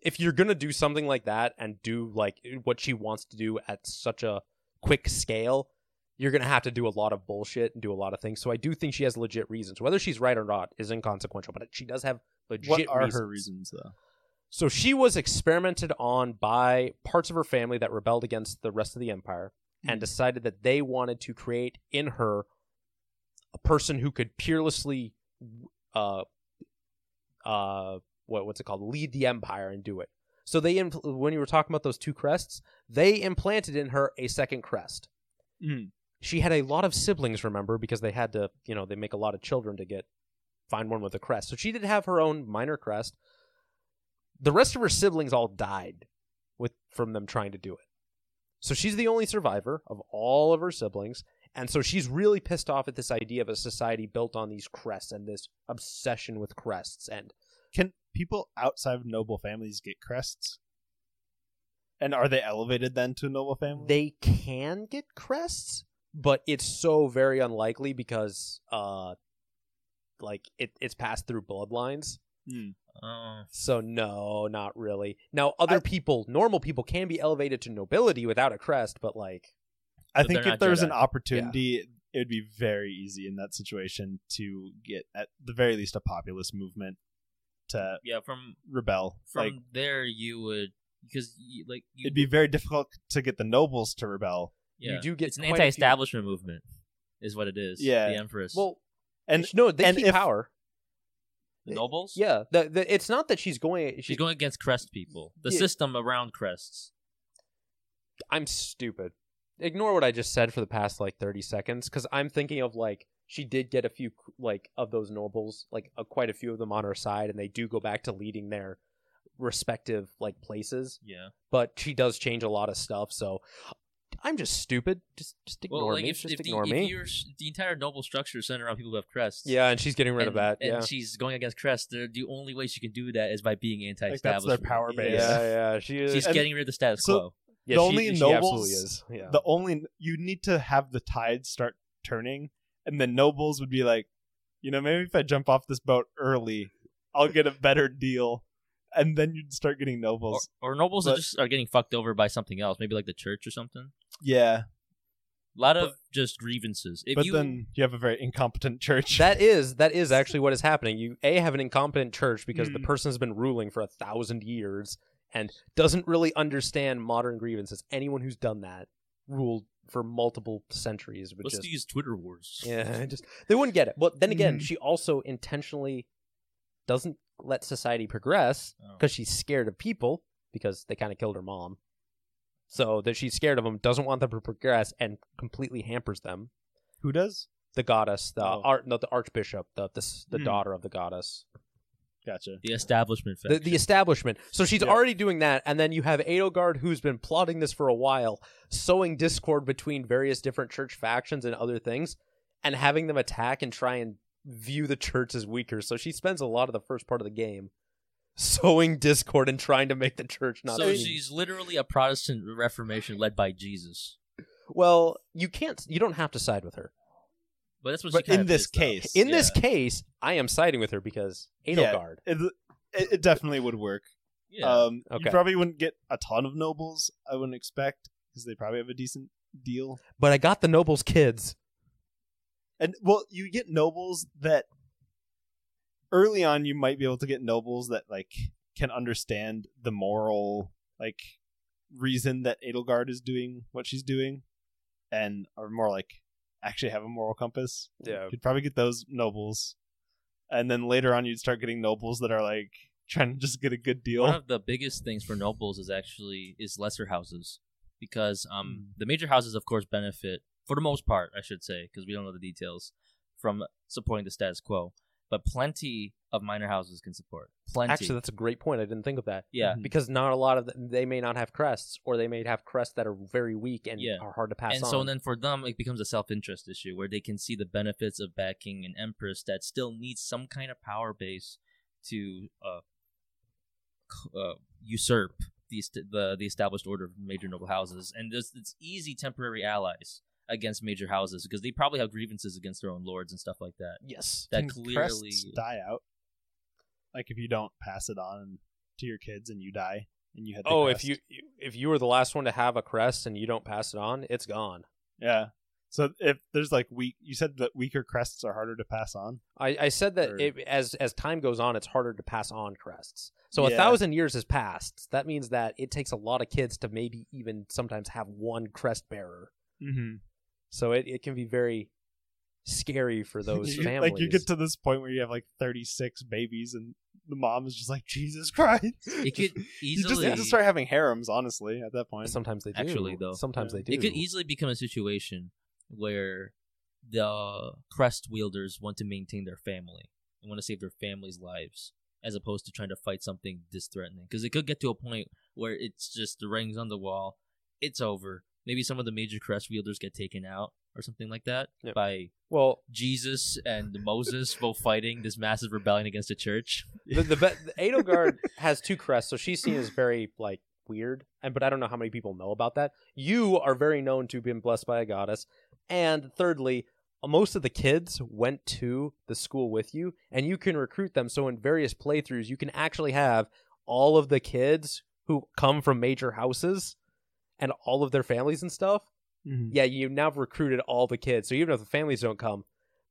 Speaker 3: if you're gonna do something like that and do like what she wants to do at such a quick scale, you're gonna have to do a lot of bullshit and do a lot of things. So I do think she has legit reasons. Whether she's right or not is inconsequential, but she does have legit
Speaker 1: What are
Speaker 3: reasons.
Speaker 1: her reasons though?
Speaker 3: So she was experimented on by parts of her family that rebelled against the rest of the empire and decided that they wanted to create in her a person who could peerlessly uh uh what what's it called lead the empire and do it. So they impl- when you were talking about those two crests, they implanted in her a second crest.
Speaker 1: Mhm.
Speaker 3: She had a lot of siblings, remember, because they had to, you know, they make a lot of children to get find one with a crest. So she did have her own minor crest. The rest of her siblings all died with from them trying to do it. So she's the only survivor of all of her siblings, and so she's really pissed off at this idea of a society built on these crests and this obsession with crests and
Speaker 1: Can people outside of noble families get crests? And are they elevated then to a noble family?
Speaker 3: they can get crests, but it's so very unlikely because uh like it, it's passed through bloodlines.
Speaker 1: Hmm.
Speaker 2: Oh,
Speaker 3: So no, not really. Now other
Speaker 1: I-
Speaker 3: people, normal people can be elevated to nobility without a crest, but like
Speaker 1: I
Speaker 2: But
Speaker 1: think if
Speaker 2: they're not
Speaker 1: there was an
Speaker 2: Jedi.
Speaker 1: opportunity, it would be very easy in that situation to get, at the very least, a populist movement to
Speaker 2: yeah. From
Speaker 1: rebel.
Speaker 2: from
Speaker 1: like
Speaker 2: there, you would because you, like you,
Speaker 1: it'd be very difficult to get the nobles to rebel.
Speaker 2: yeah.
Speaker 3: you do get
Speaker 2: it's an
Speaker 3: quite a few-
Speaker 2: anti-establishment movement, is what it is.
Speaker 1: Yeah.
Speaker 2: the empress.
Speaker 3: well
Speaker 1: And-
Speaker 3: no, they
Speaker 1: and
Speaker 3: keep
Speaker 1: if-
Speaker 3: power.
Speaker 2: the nobles.
Speaker 3: eh, Yeah, the, the, it's not that she's going. She's,
Speaker 2: she's going against crest people. The
Speaker 3: Yeah.
Speaker 2: system around crests.
Speaker 3: I'm stupid. ignore what I just said for the past like 30 seconds because I'm thinking of like she did get a few like of those nobles, like uh, quite a few of them on her side, and they do go back to leading their respective like places.
Speaker 2: Yeah.
Speaker 3: But she does change a lot of stuff, so I'm just stupid. Just just ignore
Speaker 2: well, like
Speaker 3: me.
Speaker 2: if,
Speaker 3: just
Speaker 2: if the,
Speaker 3: ignore
Speaker 2: if
Speaker 3: me.
Speaker 2: your s- the entire noble structure is centered around people who have crests.
Speaker 3: Yeah, and she's getting rid
Speaker 2: and,
Speaker 3: of that.
Speaker 2: and
Speaker 3: yeah.
Speaker 2: she's going against crests. The the only way she can do that is by being
Speaker 1: Like that's
Speaker 2: anti-establishment.
Speaker 1: their power
Speaker 3: yeah,
Speaker 1: base.
Speaker 3: yeah, she is.
Speaker 2: She's
Speaker 1: And-
Speaker 2: getting rid of the status
Speaker 1: so-
Speaker 2: quo.
Speaker 3: yeah,
Speaker 1: the
Speaker 3: she-
Speaker 1: only
Speaker 3: she
Speaker 1: nobles-
Speaker 3: absolutely is. Yeah.
Speaker 1: The only you need to have the tides start turning, and the nobles would be like, you know, maybe if I jump off this boat early, I'll get a better deal, and then you'd start getting
Speaker 2: Or,
Speaker 1: nobles.
Speaker 2: or nobles that
Speaker 1: but-
Speaker 2: just are getting fucked over by something else, maybe like the church or something.
Speaker 1: yeah,
Speaker 2: A lot of just grievances. If
Speaker 1: but
Speaker 2: you
Speaker 1: then you have a very incompetent church.
Speaker 3: (laughs) That is that is actually what is happening. You a have an incompetent church because the
Speaker 1: Hmm.
Speaker 3: person's been ruling for a thousand years and doesn't really understand modern grievances. Anyone who's done that ruled for multiple centuries would
Speaker 2: let's
Speaker 3: just
Speaker 2: use Twitter wars.
Speaker 3: yeah, just they wouldn't get it. But then again,
Speaker 1: Mhm.
Speaker 3: she also intentionally doesn't let society progress
Speaker 2: Oh.
Speaker 3: because she's scared of people because they kind of killed her mom. So that she's scared of them, doesn't want them to progress, and completely hampers them
Speaker 1: Who does?
Speaker 3: the goddess, the
Speaker 1: Oh.
Speaker 3: art, no, the archbishop, the the, s- the
Speaker 1: Hmm.
Speaker 3: daughter of the goddess,
Speaker 1: Gotcha.
Speaker 2: The establishment.
Speaker 3: the,
Speaker 2: Faction.
Speaker 3: the establishment. So she's
Speaker 1: Yeah.
Speaker 3: already doing that, and then you have Edelgard, who's been plotting this for a while, sowing discord between various different church factions and other things, and having them attack and try and view the church as weaker. So she spends a lot of the first part of the game sowing discord and trying to make the church not.
Speaker 2: so
Speaker 3: seem-
Speaker 2: she's literally a Protestant Reformation led by Jesus.
Speaker 3: well, you can't, you don't have to side with her.
Speaker 2: But that's what.
Speaker 1: But
Speaker 2: she kinda
Speaker 1: in this
Speaker 2: is, though.
Speaker 1: case-
Speaker 3: In this
Speaker 2: Yeah.
Speaker 3: case, I am siding with her because
Speaker 1: Yeah.
Speaker 3: Edelgard.
Speaker 1: It, it, it definitely would work.
Speaker 2: yeah.
Speaker 1: Um,
Speaker 3: Okay.
Speaker 1: You probably wouldn't get a ton of nobles, I wouldn't expect, because they probably have a decent deal.
Speaker 3: But I got the nobles' kids.
Speaker 1: And well, you get nobles that early on you might be able to get nobles that like can understand the moral like reason that Edelgard is doing what she's doing, and are more like actually have a moral compass.
Speaker 3: Yeah.
Speaker 1: You'd probably get those nobles, and then later on you'd start getting nobles that are like trying to just get a good deal.
Speaker 2: one of the biggest things for nobles is actually is lesser houses because um the major houses of course benefit for the most part i should say because we don't know the details from supporting the status quo but plenty of minor houses can support plenty Mm.
Speaker 3: Actually, that's a great point. I didn't think of that.
Speaker 2: yeah
Speaker 1: Mhm.
Speaker 3: because not a lot of them they may not have crests or they may have crests that are very weak and
Speaker 2: Yeah.
Speaker 3: are hard to pass
Speaker 2: and
Speaker 3: on
Speaker 2: so then for them it becomes a self-interest issue where they can see the benefits of backing an empress that still needs some kind of power base to uh, c- uh usurp the est- the the established order of major noble houses and there's it's easy temporary allies against major houses because they probably have grievances against their own lords and stuff like that
Speaker 3: yes
Speaker 2: that
Speaker 1: Can
Speaker 2: clearly
Speaker 1: crests die out. Like if you don't pass it on to your kids and you die and you had the
Speaker 3: oh if
Speaker 1: crest.
Speaker 3: you if you were the last one to have a crest and you don't pass it on it's gone
Speaker 1: Yeah. So if there's like weak you said that weaker crests are harder to pass on.
Speaker 3: i, I said that
Speaker 1: Or-
Speaker 3: it, as as time goes on it's harder to pass on crests so a
Speaker 1: Yeah.
Speaker 3: thousand years has passed that means that it takes a lot of kids to maybe even sometimes have one crest bearer
Speaker 1: Mm-hmm.
Speaker 3: so it, it can be very scary
Speaker 2: (laughs)
Speaker 3: for those families
Speaker 1: like you get to this point where you have like 36 babies and the mom is just like Jesus Christ.
Speaker 2: it could
Speaker 1: (laughs) you just
Speaker 2: easily
Speaker 1: need to start having harems, honestly. At that point,
Speaker 3: sometimes they do
Speaker 2: Actually, though.
Speaker 3: sometimes
Speaker 1: Yeah.
Speaker 3: they do
Speaker 2: It could easily become a situation where the crest wielders want to maintain their family and want to save their family's lives as opposed to trying to fight something this threatening. Because it could get to a point where it's just the rings on the wall, it's over. Maybe some of the major crest wielders get taken out or something like that
Speaker 3: Yep.
Speaker 2: by
Speaker 3: well
Speaker 2: Jesus and Moses both fighting this massive rebellion against the church.
Speaker 3: the the, be- the Edelgard has two crests, so she's seen as very like weird. And but I don't know how many people know about that. You are very known to have been blessed by a goddess. And thirdly, most of the kids went to the school with you, and you can recruit them. So in various playthroughs, you can actually have all of the kids who come from major houses and all of their families and stuff. Yeah, you now have recruited all the kids. So even if the families don't come,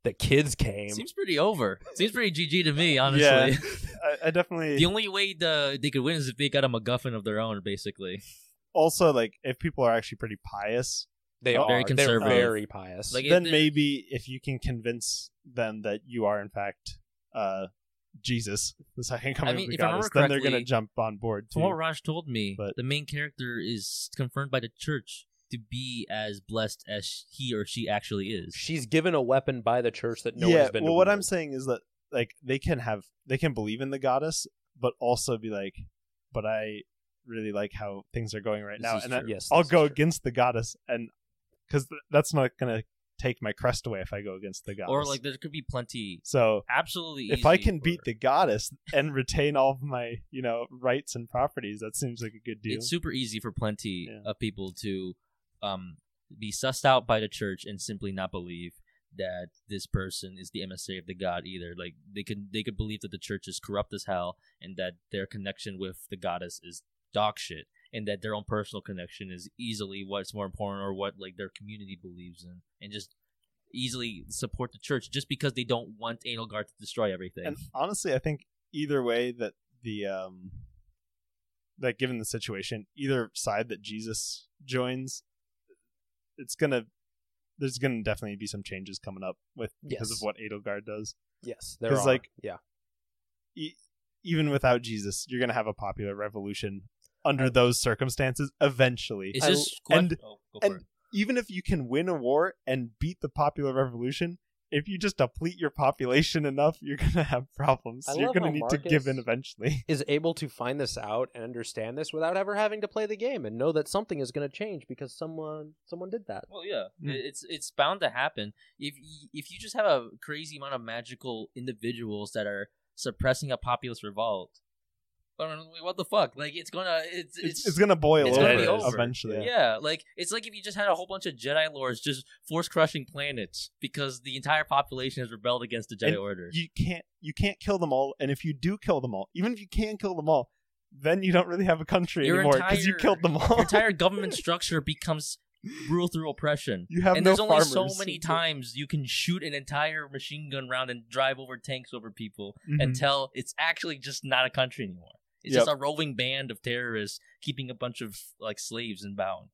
Speaker 3: the kids came.
Speaker 2: Seems pretty over. Seems pretty GG to me, honestly. (laughs)
Speaker 3: (laughs)
Speaker 1: Yeah. I, I definitely.
Speaker 2: The only way the, they could win is if they got a MacGuffin of their own, basically.
Speaker 1: also, like if people are actually pretty pious,
Speaker 3: they
Speaker 2: Very
Speaker 3: are
Speaker 2: conservative.
Speaker 3: They're very pious.
Speaker 2: Like, if
Speaker 1: then
Speaker 2: they're-
Speaker 1: maybe if you can convince them that you are in fact uh, Jesus, (laughs) the second coming
Speaker 2: I mean,
Speaker 1: of the
Speaker 2: if I remember
Speaker 1: goddess, then they're gonna
Speaker 2: correctly-
Speaker 1: jump on board
Speaker 2: From what
Speaker 1: too.
Speaker 2: Raj told me,
Speaker 1: But-
Speaker 2: the main character is confirmed by the church to be as blessed as he or she actually is.
Speaker 3: She's given a weapon by the church that no
Speaker 1: yeah.
Speaker 3: one's been.
Speaker 1: well,
Speaker 3: to
Speaker 1: what
Speaker 3: wield.
Speaker 1: I'm saying is that like they can have they can believe in the goddess, but also be like, but I really like how things are going right
Speaker 2: This
Speaker 1: now,
Speaker 2: is
Speaker 1: and I,
Speaker 2: true.
Speaker 3: yes,
Speaker 1: I'll
Speaker 3: that's
Speaker 1: go
Speaker 3: true.
Speaker 1: against the goddess, and because th- that's not gonna take my crest away if I go against the goddess.
Speaker 2: Or like there could be plenty
Speaker 1: so.
Speaker 2: absolutely
Speaker 1: If I
Speaker 2: easy
Speaker 1: can beat
Speaker 2: for-
Speaker 1: the goddess and retain all of my, you know, rights and properties, that seems like a good deal.
Speaker 2: it's super easy for plenty
Speaker 1: Yeah.
Speaker 2: of people to um, be sussed out by the church and simply not believe that this person is the emissary of the god either like they could they could believe that the church is corrupt as hell and that their connection with the goddess is dog shit and that their own personal connection is easily what's more important or what like their community believes in and just easily support the church just because they don't want anal guard to destroy everything
Speaker 1: And honestly, I think either way that the um like given the situation, either side that Jesus joins, it's gonna there's gonna definitely be some changes coming up with because
Speaker 3: Yes.
Speaker 1: of what Adelgard does.
Speaker 3: Yes, there
Speaker 1: 'Cause,
Speaker 3: are.
Speaker 1: like,
Speaker 3: yeah,
Speaker 1: E- even without Jesus, you're gonna have a popular revolution under those circumstances eventually.
Speaker 2: it's
Speaker 3: I-
Speaker 2: just go ahead-
Speaker 1: and-
Speaker 2: oh, go for
Speaker 1: and
Speaker 2: it.
Speaker 1: even if you can win a war and beat the popular revolution, if you just deplete your population enough, you're gonna have problems.
Speaker 3: I
Speaker 1: you're
Speaker 3: love
Speaker 1: gonna
Speaker 3: how
Speaker 1: need to give in
Speaker 3: Marcus-
Speaker 1: eventually. (laughs)
Speaker 3: is able to find this out and understand this without ever having to play the game and know that something is going to change because someone someone did that.
Speaker 2: Well, yeah,
Speaker 1: Mm.
Speaker 2: It- it's it's bound to happen. If y- if you just have a crazy amount of magical individuals that are suppressing a populist revolt, I mean, what the fuck? Like it's gonna it's it's,
Speaker 1: it's, it's gonna boil
Speaker 2: it's
Speaker 1: over,
Speaker 2: gonna be over.
Speaker 1: eventually.
Speaker 2: yeah, like it's like if you just had a whole bunch of Jedi lords just force crushing planets because the entire population has rebelled against the Jedi
Speaker 1: And
Speaker 2: Order.
Speaker 1: You can't you can't kill them all, and if you do kill them all, even if you can kill them all, then you don't really have a country
Speaker 2: Your
Speaker 1: anymore because you
Speaker 2: entire-
Speaker 1: killed them all.
Speaker 2: Your entire government structure becomes rule through oppression.
Speaker 1: (laughs) you have
Speaker 2: and
Speaker 1: no
Speaker 2: there's only
Speaker 1: farmers. (laughs)
Speaker 2: so many times you can shoot an entire machine gun round and drive over tanks over people.
Speaker 1: Mhm.
Speaker 2: until it's actually just not a country anymore. It's
Speaker 1: Yep.
Speaker 2: just a roving band of terrorists keeping a bunch of like slaves in bound.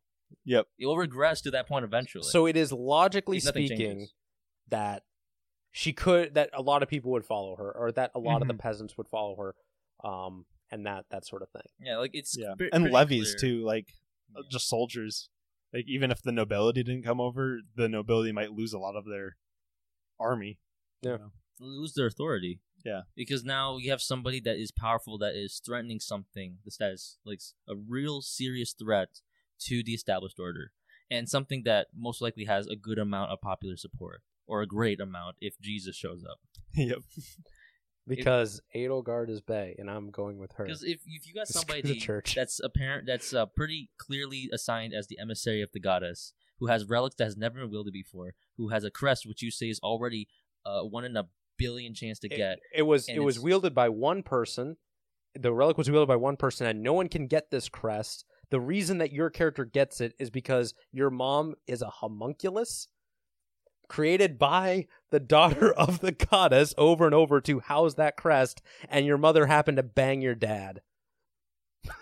Speaker 1: Yep.
Speaker 2: It will regress to that point eventually.
Speaker 3: So it is logically
Speaker 2: If nothing
Speaker 3: speaking
Speaker 2: changes.
Speaker 3: that she could that a lot of people would follow her or that a lot of the
Speaker 1: Mhm.
Speaker 3: peasants would follow her um and that that sort of thing.
Speaker 2: yeah, like it's
Speaker 1: yeah,
Speaker 2: pre-
Speaker 1: and
Speaker 2: pretty
Speaker 1: levies
Speaker 2: clear.
Speaker 1: too, like uh, just soldiers. Like even if the nobility didn't come over, the nobility might lose a lot of their army. (laughs)
Speaker 3: Yeah.
Speaker 1: know?
Speaker 2: lose their authority.
Speaker 1: Yeah.
Speaker 2: because now you have somebody that is powerful that is threatening something that's- that is like s- a real serious threat to the established order and something that most likely has a good amount of popular support or a great amount if Jesus shows up.
Speaker 1: yep.
Speaker 3: Because Adelgard is Bay and I'm going with her.
Speaker 2: Because if if you got
Speaker 3: Screw
Speaker 2: somebody
Speaker 3: the church.
Speaker 2: that's apparent that's uh, pretty clearly assigned as the emissary of the goddess, who has relics that has never been wielded before, who has a crest which you say is already uh, one in a billion chance to
Speaker 3: It- (laughs)
Speaker 2: get,
Speaker 3: It, was
Speaker 2: and
Speaker 3: it was
Speaker 2: it's-
Speaker 3: wielded by one person. The relic was wielded by one person, and no one can get this crest. The reason that your character gets it is because your mom is a homunculus created by the daughter of the goddess over and over to house that crest, and your mother happened to bang your dad.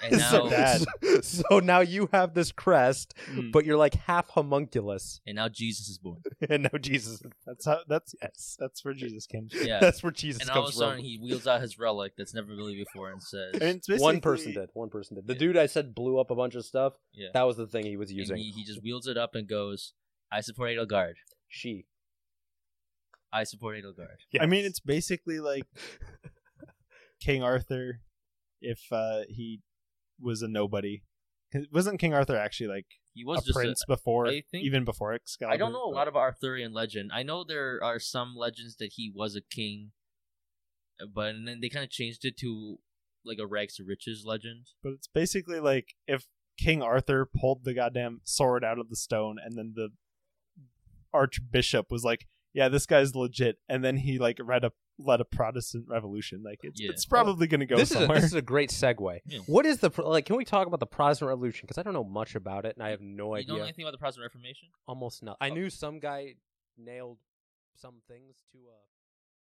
Speaker 2: and
Speaker 1: So
Speaker 2: now
Speaker 1: bad.
Speaker 3: (laughs) so now you have this crest,
Speaker 1: (laughs) Mm.
Speaker 3: but you're like half homunculus,
Speaker 2: and now Jesus is
Speaker 3: (laughs)
Speaker 2: born.
Speaker 3: and now Jesus.
Speaker 1: That's how. That's
Speaker 3: Yes,
Speaker 1: that's where Jesus came. From.
Speaker 2: Yeah.
Speaker 3: that's where Jesus
Speaker 2: and all of a
Speaker 3: comes
Speaker 2: sudden
Speaker 3: from.
Speaker 2: he wheels out his relic that's never really before and says,
Speaker 1: I mean, it's
Speaker 3: One person
Speaker 1: basically-
Speaker 3: did. One person did. The dude I said blew up a bunch of stuff.
Speaker 2: "Yeah."
Speaker 3: That was the thing he was
Speaker 2: And
Speaker 3: using.
Speaker 2: he, he just wheels it up and goes, "I support Adelgard.
Speaker 3: she.
Speaker 2: I support Adelgard."
Speaker 1: I mean, it's basically
Speaker 3: (laughs)
Speaker 1: like King Arthur, if uh, he was a nobody. 'Cause Wasn't King Arthur actually like
Speaker 2: He
Speaker 1: a
Speaker 2: was just a,
Speaker 1: prince before,
Speaker 2: I think-
Speaker 1: even before Excalibur?
Speaker 2: I don't know a lot of Arthurian legend. I know there are some legends that he was a king, uh, but and then they kind of changed it to like a rags to riches legend.
Speaker 1: but it's basically like if King Arthur pulled the goddamn sword out of the stone, and then the Archbishop was like, "Yeah, this guy's legit," and then he like read a led a Protestant revolution. Like it's,
Speaker 2: Yeah.
Speaker 1: it's probably going to go
Speaker 3: this is, a,
Speaker 1: somewhere.
Speaker 3: this is a great segue.
Speaker 2: Yeah.
Speaker 3: What is the pro- like? Can we talk about the Protestant Revolution? Because I don't know much about it, and I have no
Speaker 2: you don't Oh. know
Speaker 3: idea.
Speaker 2: anything about the Protestant Reformation?
Speaker 3: Almost nothing. I knew some guy nailed some things to. Uh...